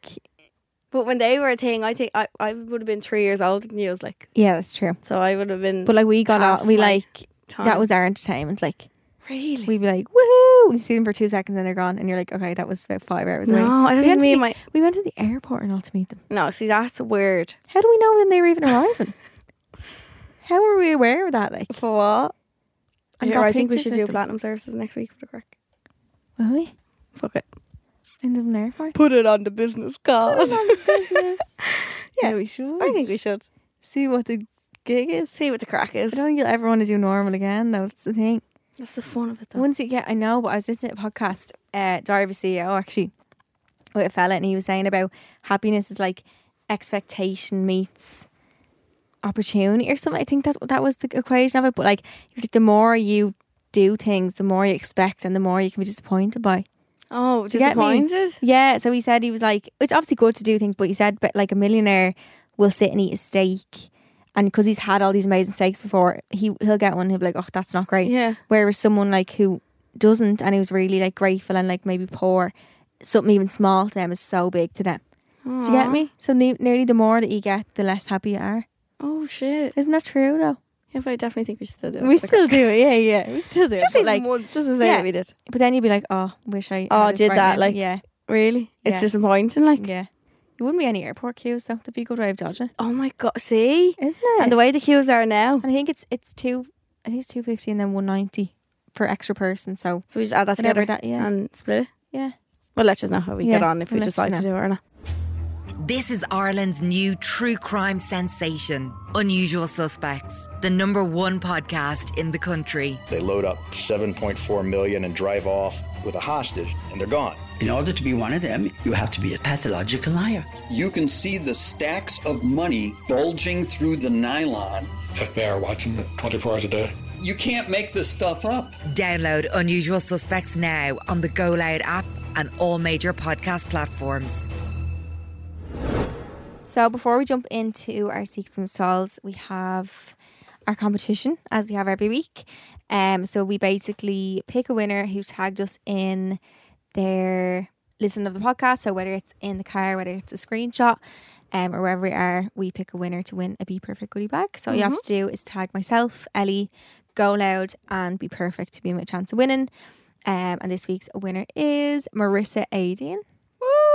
Speaker 2: But when they were a thing, I think I, I would have been three years older than you. I was like,
Speaker 3: yeah, that's true.
Speaker 2: so I would have been.
Speaker 3: But like we got
Speaker 2: Mm, Past
Speaker 3: out, we
Speaker 2: my
Speaker 3: like
Speaker 2: time.
Speaker 3: that was our entertainment. Like
Speaker 2: really.
Speaker 3: we'd be like woohoo, we see them for two seconds and they're gone, and you're like okay, that was about five hours. away.
Speaker 2: no, I
Speaker 3: We went
Speaker 2: don't think
Speaker 3: to
Speaker 2: me
Speaker 3: the-
Speaker 2: and my
Speaker 3: we went to the airport and all to meet them.
Speaker 2: no. See, that's weird.
Speaker 3: How do we know when they were even arriving? How were we aware of that? Like,
Speaker 2: For what?
Speaker 3: And
Speaker 2: Yeah,
Speaker 3: got
Speaker 2: I think we
Speaker 3: pictures
Speaker 2: should
Speaker 3: with
Speaker 2: do
Speaker 3: them.
Speaker 2: platinum services next week for the crack.
Speaker 3: will we
Speaker 2: Fuck it.
Speaker 3: end up in an airport?
Speaker 2: Put it on the business card.
Speaker 3: yeah, we should.
Speaker 2: I think we should
Speaker 3: see what the gig is.
Speaker 2: see what the crack is.
Speaker 3: I don't think you'll ever want to do normal again. though. That's the thing.
Speaker 2: That's the fun of it, though.
Speaker 3: Once you get, I know, but I was listening to a podcast, uh, Diary of a CEO actually, with a fella, and he was saying about happiness is like expectation meets opportunity or something. I think that that was the equation of it. But like, he was like, the more you do things, the more you expect, and the more you can be disappointed by.
Speaker 2: Oh,
Speaker 3: you get me?
Speaker 2: disappointed.
Speaker 3: Yeah, so he said he was like, it's obviously good to do things, but he said, but like a millionaire will sit and eat a steak, and because he's had all these amazing steaks before, he he'll get one. He'll be like, oh, that's not great.
Speaker 2: Yeah.
Speaker 3: Whereas someone like who doesn't and who's really like grateful and like maybe poor, something even small to them is so big to them. Do you get me? So ne- nearly the more that you get, the less happy you are.
Speaker 2: Oh shit.
Speaker 3: Isn't that true though?
Speaker 2: Yeah, but I definitely think we should still do. it for
Speaker 3: We
Speaker 2: the
Speaker 3: still do it. Yeah, yeah, we still do.
Speaker 2: crack. Just
Speaker 3: it. But,
Speaker 2: even
Speaker 3: like,
Speaker 2: once, just to say
Speaker 3: yeah.
Speaker 2: that we did.
Speaker 3: but then you'd be like, oh, wish I.
Speaker 2: Oh,
Speaker 3: had this
Speaker 2: did
Speaker 3: right
Speaker 2: that,
Speaker 3: now."
Speaker 2: like-
Speaker 3: yeah,
Speaker 2: Really,
Speaker 3: Yeah.
Speaker 2: it's disappointing. Like,
Speaker 3: yeah. You wouldn't be any airport queues though. That'd be a good way of dodging.
Speaker 2: oh my god, see,
Speaker 3: isn't it?
Speaker 2: and the way the queues are now.
Speaker 3: And I think it's it's two. I think it's two fifty and then one ninety per extra person. So
Speaker 2: So we just add that
Speaker 3: whatever
Speaker 2: together
Speaker 3: that, yeah,
Speaker 2: and split it.
Speaker 3: yeah.
Speaker 2: Well, let us know how we
Speaker 3: Yeah,
Speaker 2: get on if we
Speaker 3: we'll let
Speaker 2: decide
Speaker 3: you
Speaker 2: to do it or not.
Speaker 1: This is Ireland's new true crime sensation, Unusual Suspects, the number one podcast in the country.
Speaker 4: They load up 7.4 million and drive off with a hostage, and they're gone.
Speaker 5: In order to be one of them, you have to be a pathological liar.
Speaker 6: you can see the stacks of money bulging through the nylon.
Speaker 7: FBI are watching it 24 hours a day.
Speaker 6: You can't make this stuff up.
Speaker 1: Download Unusual Suspects now on the Go Loud app and all major podcast platforms.
Speaker 3: So before we jump into our secrets and stalls, we have our competition as we have every week. Um, so we basically pick a winner who tagged us in their listen of the podcast. So whether it's in the car, whether it's a screenshot, um, or wherever we are, we pick a winner to win a Be Perfect goodie bag. So all you have to do is tag myself, Ellie, Go Loud, and Be Perfect to be my chance of winning. Um, and this week's winner is Marissa Adian.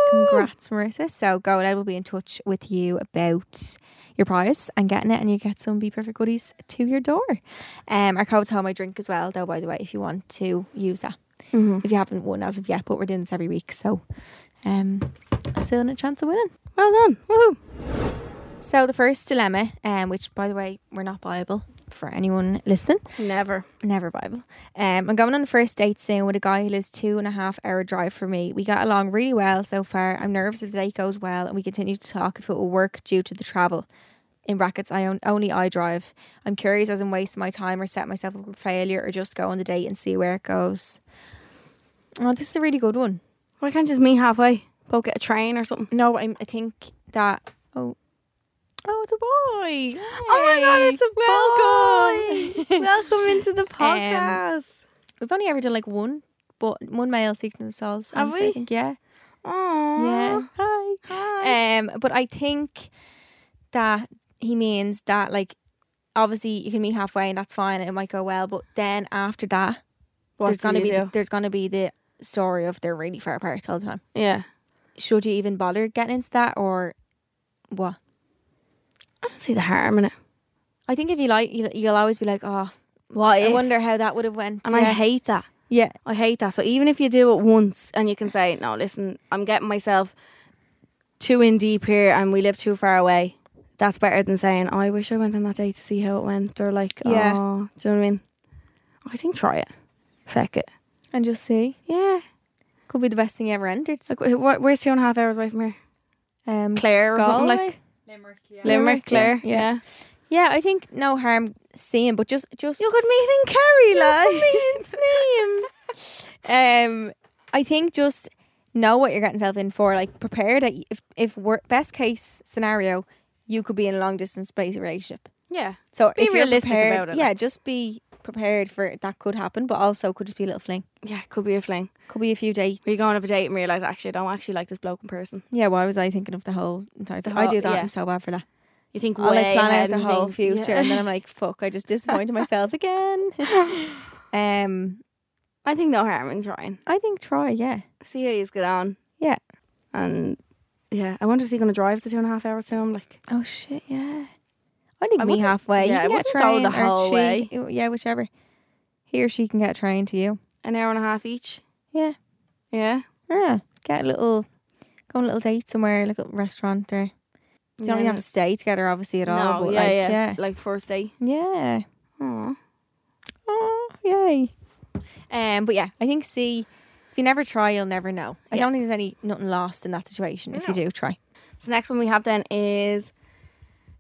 Speaker 3: Congrats, Marissa. So go ahead, we'll be in touch with you about your prize and getting it, and you get some Be Perfect goodies to your door. Um, our code's Home I Drink as well, though, by the way, if you want to use that. If you haven't won as of yet, but we're doing this every week, so um, still in a chance of winning.
Speaker 2: Well done. Woohoo.
Speaker 3: So the first dilemma, um, which by the way, we're not Bible for anyone listening,
Speaker 2: Never.
Speaker 3: never Bible. Um, I'm going on a first date soon with a guy who lives two and a half hour drive from me. We got along really well so far. I'm nervous if the date goes well and we continue to talk if it will work due to the travel. In brackets, I own, only I drive. I'm curious as in waste my time or set myself up for failure or just go on the date and see where it goes. Oh, this is a really good one.
Speaker 2: Why can't just meet halfway? Go get a train or something.
Speaker 3: No, I, I think that. Oh, oh, it's a boy!
Speaker 2: Oh my god, it's
Speaker 3: Welcome.
Speaker 2: a
Speaker 3: Um,
Speaker 2: welcome. welcome into the podcast.
Speaker 3: podcast. We've only ever done like one, but one male seeking themselves.
Speaker 2: Have
Speaker 3: I
Speaker 2: we?
Speaker 3: think, yeah, yeah.
Speaker 2: Oh
Speaker 3: Hi. Um, but I think that he means that like obviously you can meet halfway and that's fine and it might go well, but then after that there's gonna be the, there's gonna be the story of they're really far apart all the time.
Speaker 2: yeah.
Speaker 3: Should you even bother getting into that or what?
Speaker 2: I don't see the harm in it.
Speaker 3: I think if you like, you'll, you'll always be like, oh,
Speaker 2: Why?
Speaker 3: I wonder how that would have went.
Speaker 2: And
Speaker 3: yeah.
Speaker 2: I hate that.
Speaker 3: yeah.
Speaker 2: I hate that. So even if you do it once and you can say, no, listen, I'm getting myself too in deep here and we live too far away, that's better than saying, oh, I wish I went on that day to see how it went. Or like,
Speaker 3: Yeah.
Speaker 2: oh, do you know what I mean? I think try it. Feck it.
Speaker 3: And just see,
Speaker 2: Yeah.
Speaker 3: could be the best thing ever entered.
Speaker 2: Like, wh- wh- where's two and a half hours away from here?
Speaker 3: Um,
Speaker 2: Clare or something
Speaker 3: Galway?
Speaker 2: like
Speaker 8: Limerick, yeah.
Speaker 2: Limerick, Claire.
Speaker 3: Yeah. Yeah, I think no harm seeing, but just just
Speaker 2: You could meet in Kerry, like.
Speaker 3: um, I think just know what you're getting yourself in for. Like prepare that y- if if wor- best case scenario, you could be in a long distance place relationship.
Speaker 2: Yeah.
Speaker 3: So
Speaker 2: Be
Speaker 3: if you're
Speaker 2: realistic
Speaker 3: prepared,
Speaker 2: about it,
Speaker 3: Yeah,
Speaker 2: like.
Speaker 3: just be prepared for it. that could happen, but also could just be a little fling.
Speaker 2: Yeah, could be a fling.
Speaker 3: Could be a few dates.
Speaker 2: We go on a date and realise actually I don't actually like this bloke in person.
Speaker 3: Yeah, why was I thinking of the whole entire? thing? I
Speaker 2: whole-
Speaker 3: do that.
Speaker 2: Oh, yeah.
Speaker 3: I'm so bad for that.
Speaker 2: You think
Speaker 3: I'll like
Speaker 2: way
Speaker 3: plan out
Speaker 2: ahead
Speaker 3: the
Speaker 2: and
Speaker 3: whole
Speaker 2: think-
Speaker 3: future,
Speaker 2: yeah.
Speaker 3: and then I'm like, "Fuck! I just disappointed myself again." um,
Speaker 2: I think no harm in trying.
Speaker 3: I think try. Yeah,
Speaker 2: See how he's get on.
Speaker 3: yeah.
Speaker 2: And yeah, I wonder is he going to drive the two and a half hours to him? Like,
Speaker 3: Oh shit! Yeah, I think
Speaker 2: I
Speaker 3: me
Speaker 2: wouldn't-
Speaker 3: halfway.
Speaker 2: yeah, I
Speaker 3: Yeah, you can
Speaker 2: wouldn't
Speaker 3: get
Speaker 2: go
Speaker 3: a train
Speaker 2: the
Speaker 3: or
Speaker 2: whole
Speaker 3: she,
Speaker 2: way.
Speaker 3: Yeah, whichever. He or she can get a train to you.
Speaker 2: an hour and a half each.
Speaker 3: Yeah,
Speaker 2: Yeah.
Speaker 3: yeah. Get a little, go on a little date somewhere, like a little restaurant or. You don't even have to stay together, obviously, at all. But
Speaker 2: yeah,
Speaker 3: like,
Speaker 2: yeah,
Speaker 3: yeah,
Speaker 2: Like first date.
Speaker 3: yeah.
Speaker 2: Aw.
Speaker 3: Oh, yay. Um, but yeah, I think see if you never try, you'll never know. I don't think there's any nothing lost in that situation if you do try.
Speaker 2: So next one we have then is,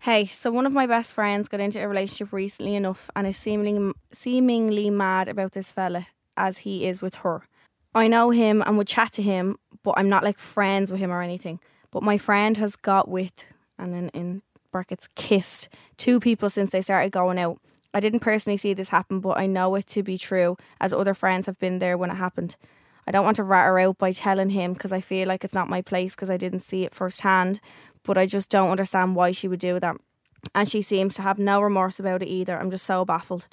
Speaker 2: hey, so one of my best friends got into a relationship recently enough and is seemingly seemingly mad about this fella as he is with her. I know him and would chat to him, but I'm not like friends with him or anything. But my friend has got with and then in brackets kissed two people since they started going out. I didn't personally see this happen, but I know it to be true as other friends have been there when it happened. I don't want to rat her out by telling him because I feel like it's not my place because I didn't see it firsthand, but I just don't understand why she would do that. And she seems to have no remorse about it either. I'm just so baffled.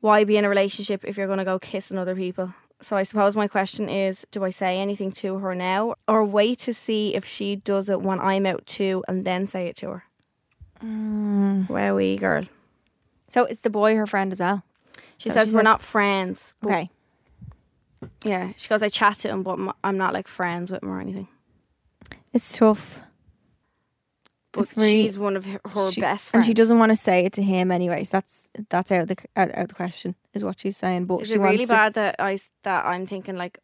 Speaker 2: Why be in a relationship if you're going to go kissing other people? So I suppose my question is do I say anything to her now or wait to see if she does it when I'm out too and then say it to her?
Speaker 3: Mm.
Speaker 2: Wowie, girl.
Speaker 3: So it's the boy her friend as well.
Speaker 2: She
Speaker 3: So
Speaker 2: says
Speaker 3: she
Speaker 2: we're
Speaker 3: says-
Speaker 2: not friends. but-
Speaker 3: Okay.
Speaker 2: Yeah. She goes, I chat to him, but I'm- I'm not like friends with him or anything.
Speaker 3: It's tough.
Speaker 2: but
Speaker 3: It's really-
Speaker 2: she's one of her, her
Speaker 3: She-
Speaker 2: best
Speaker 3: And
Speaker 2: friends.
Speaker 3: she doesn't want to say it to him anyway, so that's that's out of the out, out of the question is what she's saying. But
Speaker 2: Is
Speaker 3: she
Speaker 2: it really
Speaker 3: wants to-
Speaker 2: bad that I s- that I'm thinking like,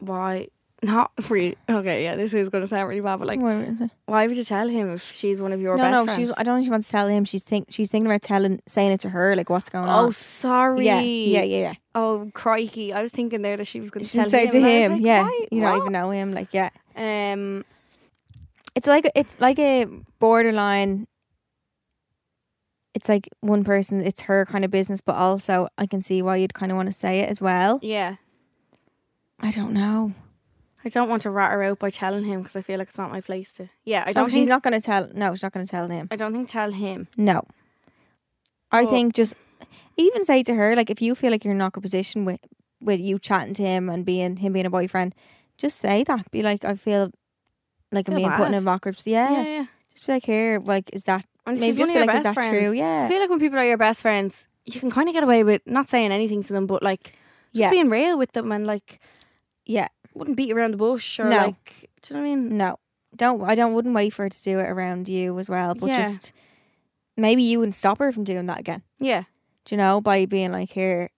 Speaker 2: why not really? Okay, yeah, this is gonna sound really bad, but like,
Speaker 3: Wait, wait, wait.
Speaker 2: why would you tell him if she's one of your
Speaker 3: no,
Speaker 2: best
Speaker 3: no,
Speaker 2: friends?
Speaker 3: she's I don't know if she wants to tell him. She's think she's thinking about telling saying it to her, like what's going on.
Speaker 2: oh, sorry.
Speaker 3: Uh, yeah, yeah, yeah, yeah.
Speaker 2: Oh, crikey! I was thinking there that she was gonna
Speaker 3: She
Speaker 2: tell
Speaker 3: say
Speaker 2: him,
Speaker 3: to
Speaker 2: and I was
Speaker 3: him,
Speaker 2: like,
Speaker 3: yeah.
Speaker 2: why-
Speaker 3: You don't
Speaker 2: what?
Speaker 3: even know him, like yeah.
Speaker 2: Um,
Speaker 3: it's like it's like a borderline it's like one person it's her kind of business but also i can see why you'd kind of want to say it as well
Speaker 2: yeah.
Speaker 3: i don't know
Speaker 2: I don't want to rat her out by telling him because I feel like it's not my place to. Yeah, I
Speaker 3: no
Speaker 2: don't.
Speaker 3: Oh, she's
Speaker 2: think,
Speaker 3: not going to tell no she's not going to tell him
Speaker 2: I don't think tell him.
Speaker 3: no i
Speaker 2: But-
Speaker 3: think just even say to her like if you feel like you're in an awkward position with with you chatting to him and being him being a boyfriend just say that be like i feel like i'm
Speaker 2: Feel
Speaker 3: being put in
Speaker 2: bad.
Speaker 3: an awkward yeah,
Speaker 2: yeah. yeah.
Speaker 3: just be like here like is that
Speaker 2: And if
Speaker 3: maybe
Speaker 2: she's one
Speaker 3: just
Speaker 2: of
Speaker 3: be
Speaker 2: your
Speaker 3: like is that
Speaker 2: best friends,
Speaker 3: true
Speaker 2: I
Speaker 3: yeah
Speaker 2: feel like when people are your best friends, you can kind of get away with not saying anything to them, but like just
Speaker 3: Yeah.
Speaker 2: being real with them and like
Speaker 3: yeah
Speaker 2: wouldn't beat around the bush or
Speaker 3: No. Mm.
Speaker 2: like, do you know what I mean?
Speaker 3: No, don't. I don't. Wouldn't wait for her to do it around you as well. But
Speaker 2: Yeah.
Speaker 3: just maybe you wouldn't stop her from doing that again.
Speaker 2: Yeah.
Speaker 3: Do you know by being like, here,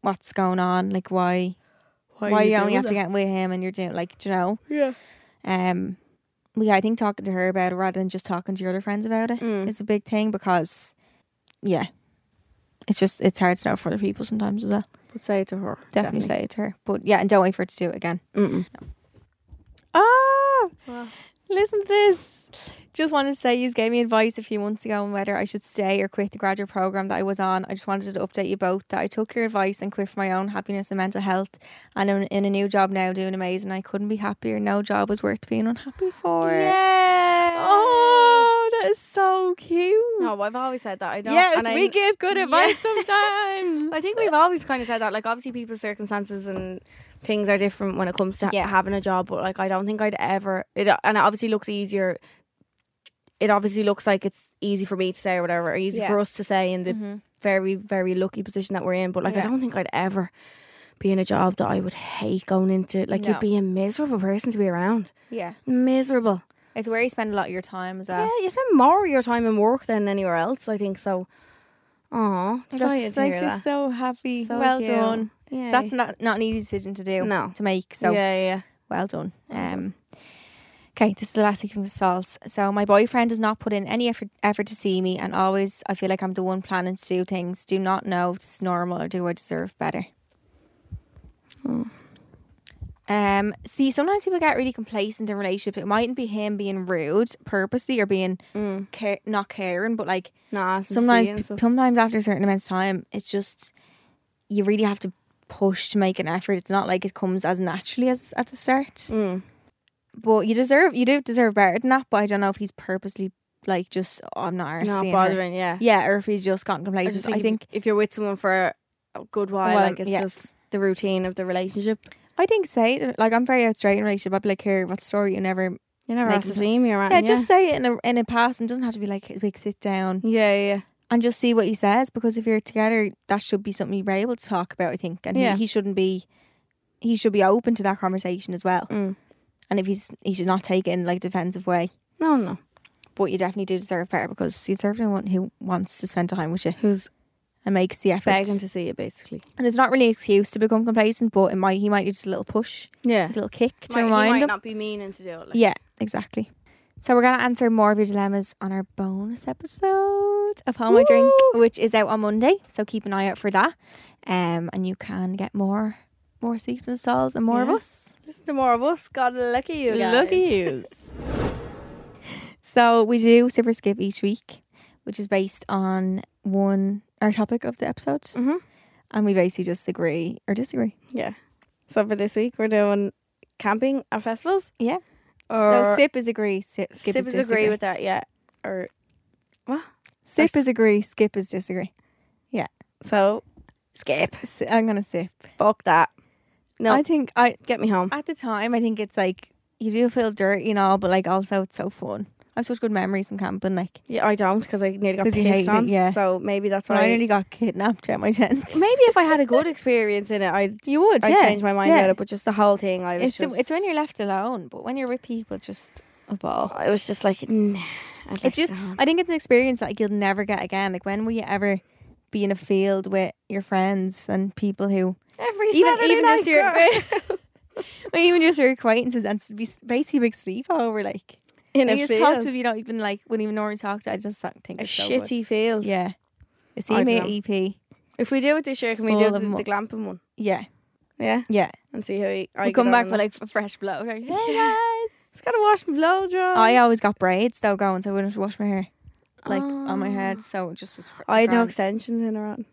Speaker 3: what's going on? Like, why? Why, you, only have to get with him and you're doing like, do you know?
Speaker 2: Yeah.
Speaker 3: Um, well, yeah. I think talking to her about it rather than just talking to your other friends about it is
Speaker 2: Mm.
Speaker 3: a big thing because, yeah, it's just it's hard to know for other people sometimes as well.
Speaker 2: But say it to her.
Speaker 3: Definitely, say it to her. But yeah, and don't wait for her to do it again.
Speaker 2: Mm-mm.
Speaker 3: Ah, listen to this. Just wanted to say you gave me advice a few months ago on whether I should stay or quit the graduate program that I was on. I just wanted to update you both that I took your advice and quit for my own happiness and mental health, and I'm in a new job now doing amazing. I couldn't be happier. No job is worth being unhappy for. Oh, that is so cute.
Speaker 2: No, Oh, I've always said that. I don't.
Speaker 3: Hmm. yes,
Speaker 2: and
Speaker 3: we
Speaker 2: I,
Speaker 3: give good advice sometimes.
Speaker 2: I think we've always kind of said that. Like, obviously, people's circumstances and things are different when it comes to
Speaker 3: Yeah.
Speaker 2: having a job. But like, I don't think I'd ever. It and it obviously looks easier. It obviously looks like it's easy for me to say or whatever, or easy
Speaker 3: Yeah. Mm-hmm.
Speaker 2: for us to say in the very, very lucky position that we're in. But like, I
Speaker 3: Yeah.
Speaker 2: don't think I'd ever be in a job that I would hate going into. Like,
Speaker 3: No.
Speaker 2: you'd be a miserable person to be around.
Speaker 3: yeah,
Speaker 2: Miserable.
Speaker 3: it's where you spend a lot of your time as well.
Speaker 2: Yeah, you spend more of your time in work than anywhere else. I think so. Aw,
Speaker 3: That
Speaker 2: delighted to
Speaker 3: Oh, makes
Speaker 2: hear
Speaker 3: me
Speaker 2: that.
Speaker 3: so happy.
Speaker 2: So
Speaker 3: well
Speaker 2: cute.
Speaker 3: done.
Speaker 2: Yay.
Speaker 3: That's not not an easy decision to do.
Speaker 2: No.
Speaker 3: To make. So
Speaker 2: yeah, yeah.
Speaker 3: well done. Um Okay, this is the last six months of Sol's. So my boyfriend does not put in any effort, effort to see me, and always I feel like I'm the one planning to do things. Do not know if this is normal or do I deserve better. Um, see, sometimes people get really complacent in relationships. It mightn't be him being rude purposely or being care- not caring, but like
Speaker 2: Nah,
Speaker 3: sometimes sometimes after a certain amount of time it's just you really have to push to make an effort it's not like it comes as naturally as at the start
Speaker 2: Mm.
Speaker 3: but you deserve you do deserve better than that but i don't know if he's purposely like just oh, i'm not,
Speaker 2: not
Speaker 3: arseing her."
Speaker 2: bothering. Yeah,
Speaker 3: yeah or if he's just gotten
Speaker 2: I,
Speaker 3: complacent
Speaker 2: just
Speaker 3: i think
Speaker 2: if, if you're with someone for a good while,
Speaker 3: Well,
Speaker 2: like it's
Speaker 3: yeah.
Speaker 2: just the routine of the relationship.
Speaker 3: i think say like i'm very outright in a relationship i'd be like here what story you never
Speaker 2: You never
Speaker 3: Like,
Speaker 2: asked to see me around.
Speaker 3: yeah, just say it in a in a pass and doesn't have to be like a big sit down
Speaker 2: yeah, yeah, yeah.
Speaker 3: and just see what he says because if you're together, that should be something you're able to talk about, I think. And
Speaker 2: Yeah.
Speaker 3: he, he shouldn't be, he should be open to that conversation as well.
Speaker 2: Mm.
Speaker 3: And if he's, he should not take it in like a defensive way.
Speaker 2: No, no.
Speaker 3: But you definitely do deserve better because you deserve anyone who wants to spend time with you
Speaker 2: Who's
Speaker 3: and makes the effort.
Speaker 2: begging to see you, basically?
Speaker 3: And it's not really an excuse to become complacent, but it might, he might need just a little push,
Speaker 2: Yeah.
Speaker 3: a little kick to
Speaker 2: might, he
Speaker 3: remind
Speaker 2: might
Speaker 3: him.
Speaker 2: not be meaning to do it. Like,
Speaker 3: Yeah, exactly. So we're gonna answer more of your dilemmas on our bonus episode of Home I Drink, which is out on Monday. So keep an eye out for that. Um, and you can get more more seats and stalls and more of
Speaker 2: Yeah.
Speaker 3: us.
Speaker 2: Listen to more of us. God, lucky you guys.
Speaker 3: you. so we do sip or skip each week, which is based on one our topic of the episode,
Speaker 2: Mhm.
Speaker 3: and we basically just agree or disagree.
Speaker 2: Yeah. So for this week, we're doing camping at festivals.
Speaker 3: Yeah.
Speaker 2: Or
Speaker 3: so sip is agree, sip, skip
Speaker 2: Sip
Speaker 3: is
Speaker 2: is
Speaker 3: disagree.
Speaker 2: agree with that. Yeah. Or
Speaker 3: sip is agree, skip is disagree.
Speaker 2: so skip.
Speaker 3: S- I'm gonna sip.
Speaker 2: Fuck that. No,
Speaker 3: I think I
Speaker 2: get me home.
Speaker 3: at the time I think it's like you do feel dirty and all, but like also it's so fun. I have such good memories from camping. Like
Speaker 2: Yeah, I don't because I nearly got
Speaker 3: 'Cause you
Speaker 2: pissed
Speaker 3: hated it,
Speaker 2: on.
Speaker 3: yeah.
Speaker 2: So maybe that's
Speaker 3: when I
Speaker 2: why.
Speaker 3: nearly got kidnapped at my tent.
Speaker 2: maybe if I had a good experience in it, I'd
Speaker 3: you would.
Speaker 2: I'd
Speaker 3: yeah.
Speaker 2: change my mind
Speaker 3: yeah.
Speaker 2: about it. But just the whole thing, I was
Speaker 3: It's
Speaker 2: just
Speaker 3: it's when you're left alone, but when you're with people, it's just a ball.
Speaker 2: I was just like, nah. I'd like
Speaker 3: It's
Speaker 2: to
Speaker 3: Oh, just
Speaker 2: go home.
Speaker 3: I think it's an experience that like, you'll never get again. Like when will you ever be in a field with your friends and people who
Speaker 2: every
Speaker 3: even
Speaker 2: Saturday
Speaker 3: even
Speaker 2: night,
Speaker 3: just your
Speaker 2: girl.
Speaker 3: even just your acquaintances and s- be basically a big sleepover like.
Speaker 2: in
Speaker 3: When
Speaker 2: a
Speaker 3: you just
Speaker 2: field.
Speaker 3: talk to if you don't even like wouldn't even normally talk to. I just don't think
Speaker 2: a
Speaker 3: it's so good.
Speaker 2: shitty field.
Speaker 3: Yeah, it's
Speaker 2: I
Speaker 3: email E
Speaker 2: dunno.
Speaker 3: EP.
Speaker 2: If we do it this year, can we
Speaker 3: All
Speaker 2: do
Speaker 3: of
Speaker 2: the,
Speaker 3: them
Speaker 2: the
Speaker 3: up.
Speaker 2: glamping one?
Speaker 3: Yeah,
Speaker 2: Yeah,
Speaker 3: yeah.
Speaker 2: and see how we. I
Speaker 3: We
Speaker 2: get
Speaker 3: come
Speaker 2: on
Speaker 3: back
Speaker 2: and
Speaker 3: with like a fresh blow. Like, hey
Speaker 2: Yeah.
Speaker 3: guys.
Speaker 2: It's gotta wash my blow dry.
Speaker 3: I always got braids though going, so I wouldn't have to wash my hair like on my head. So it just was. Fr-
Speaker 2: Ah. I had no
Speaker 3: grand.
Speaker 2: extensions in her on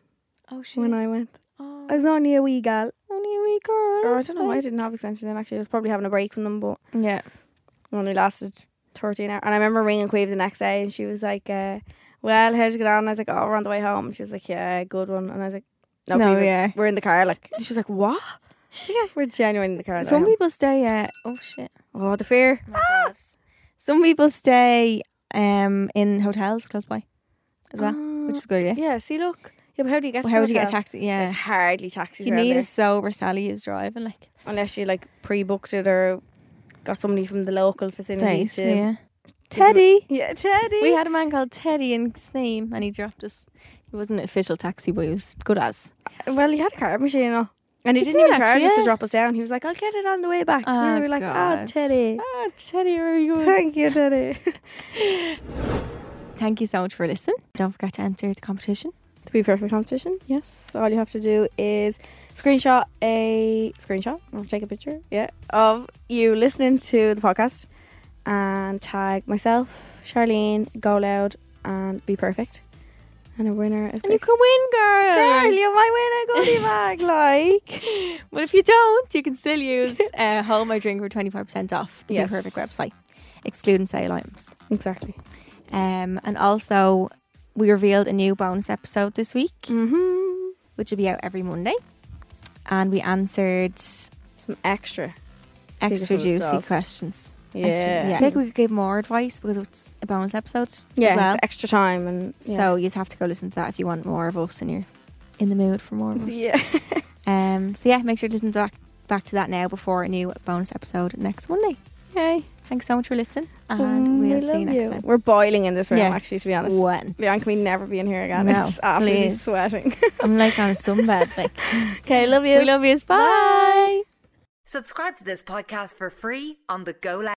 Speaker 3: Oh shit.
Speaker 2: when I went.
Speaker 3: oh,
Speaker 2: I was only a wee gal.
Speaker 3: only a wee girl.
Speaker 2: Or I don't know why I didn't have extensions in actually. I was probably having a break from them, but
Speaker 3: Yeah.
Speaker 2: it only lasted 13 hours. And I remember ringing Queeve the next day and she was like, uh, Well, how'd you get on? And I was like, Oh, we're on the way home. And she was like, Yeah, good one. And I was like, No,
Speaker 3: No,
Speaker 2: Queeve,
Speaker 3: yeah.
Speaker 2: we're in the car. Like, and she's like, What? Yeah, we're genuine in the car. on the way
Speaker 3: Some
Speaker 2: home."
Speaker 3: people stay. Uh, oh shit. Ah!
Speaker 2: oh, the fear.
Speaker 3: Some people stay um in hotels close by as well, which is good. Yeah.
Speaker 2: Ah. Yeah, see, look. Yeah, but how do you get?
Speaker 3: Well,
Speaker 2: to
Speaker 3: how
Speaker 2: the
Speaker 3: would you get a
Speaker 2: hotel?
Speaker 3: taxi? Yeah.
Speaker 2: There's hardly taxis.
Speaker 3: You
Speaker 2: around
Speaker 3: need
Speaker 2: there.
Speaker 3: a sober Sally who's driving. Like.
Speaker 2: unless you like pre-booked it or got somebody from the local vicinity to
Speaker 3: yeah. Teddy.
Speaker 2: yeah Teddy
Speaker 3: We had a man called Teddy in Sneem and he dropped us. He wasn't an official taxi, but he was good as.
Speaker 2: well he had a card machine and all. and he
Speaker 3: He
Speaker 2: didn't even
Speaker 3: did,
Speaker 2: charge
Speaker 3: actually,
Speaker 2: us to
Speaker 3: yeah.
Speaker 2: drop us down he was like I'll get it on the way back
Speaker 3: Oh,
Speaker 2: we were like oh
Speaker 3: God.
Speaker 2: Teddy
Speaker 3: Oh, Teddy, where are you going?
Speaker 2: thank you Teddy
Speaker 3: Thank you so much for listening. Don't forget to enter the competition.
Speaker 2: to be perfect competition yes all you have to do is screenshot a screenshot or take a picture yeah of you listening to the podcast and tag myself Charlene Go Loud and Be Perfect and a winner is
Speaker 3: And you can win, girl.
Speaker 2: Girl, you might win a goodie bag, like.
Speaker 3: But if you don't, you can still use uh, Hold My Drink for 25% off the
Speaker 2: Yes.
Speaker 3: Be Perfect website, excluding sale items.
Speaker 2: Exactly.
Speaker 3: Um, and also, we revealed a new bonus episode this week,
Speaker 2: Mm-hmm.
Speaker 3: which will be out every Monday. And we answered
Speaker 2: Some extra.
Speaker 3: extra
Speaker 2: Secret
Speaker 3: juicy
Speaker 2: sauce.
Speaker 3: questions.
Speaker 2: Yeah.
Speaker 3: Extra- I think we could give more advice because it's a bonus episode
Speaker 2: Yeah,
Speaker 3: as well.
Speaker 2: it's extra time and
Speaker 3: So you just have to go listen to that if you want more of us and you're in the mood for more of us.
Speaker 2: yeah.
Speaker 3: Um, so yeah, make sure to listen back, back to that now before a new bonus episode next Monday.
Speaker 2: Hey,
Speaker 3: Thanks so much for listening and
Speaker 2: Mm, we
Speaker 3: we'll see you
Speaker 2: love
Speaker 3: next time.
Speaker 2: We're boiling in this room, actually. To be honest,
Speaker 3: When?
Speaker 2: Leon, can we never be in here again?
Speaker 3: No,
Speaker 2: it's absolutely
Speaker 3: please.
Speaker 2: sweating.
Speaker 3: I'm like on a sunbed. Like,
Speaker 2: okay, love you.
Speaker 3: we love you. Bye.
Speaker 1: Subscribe to this podcast for free on the Go Loud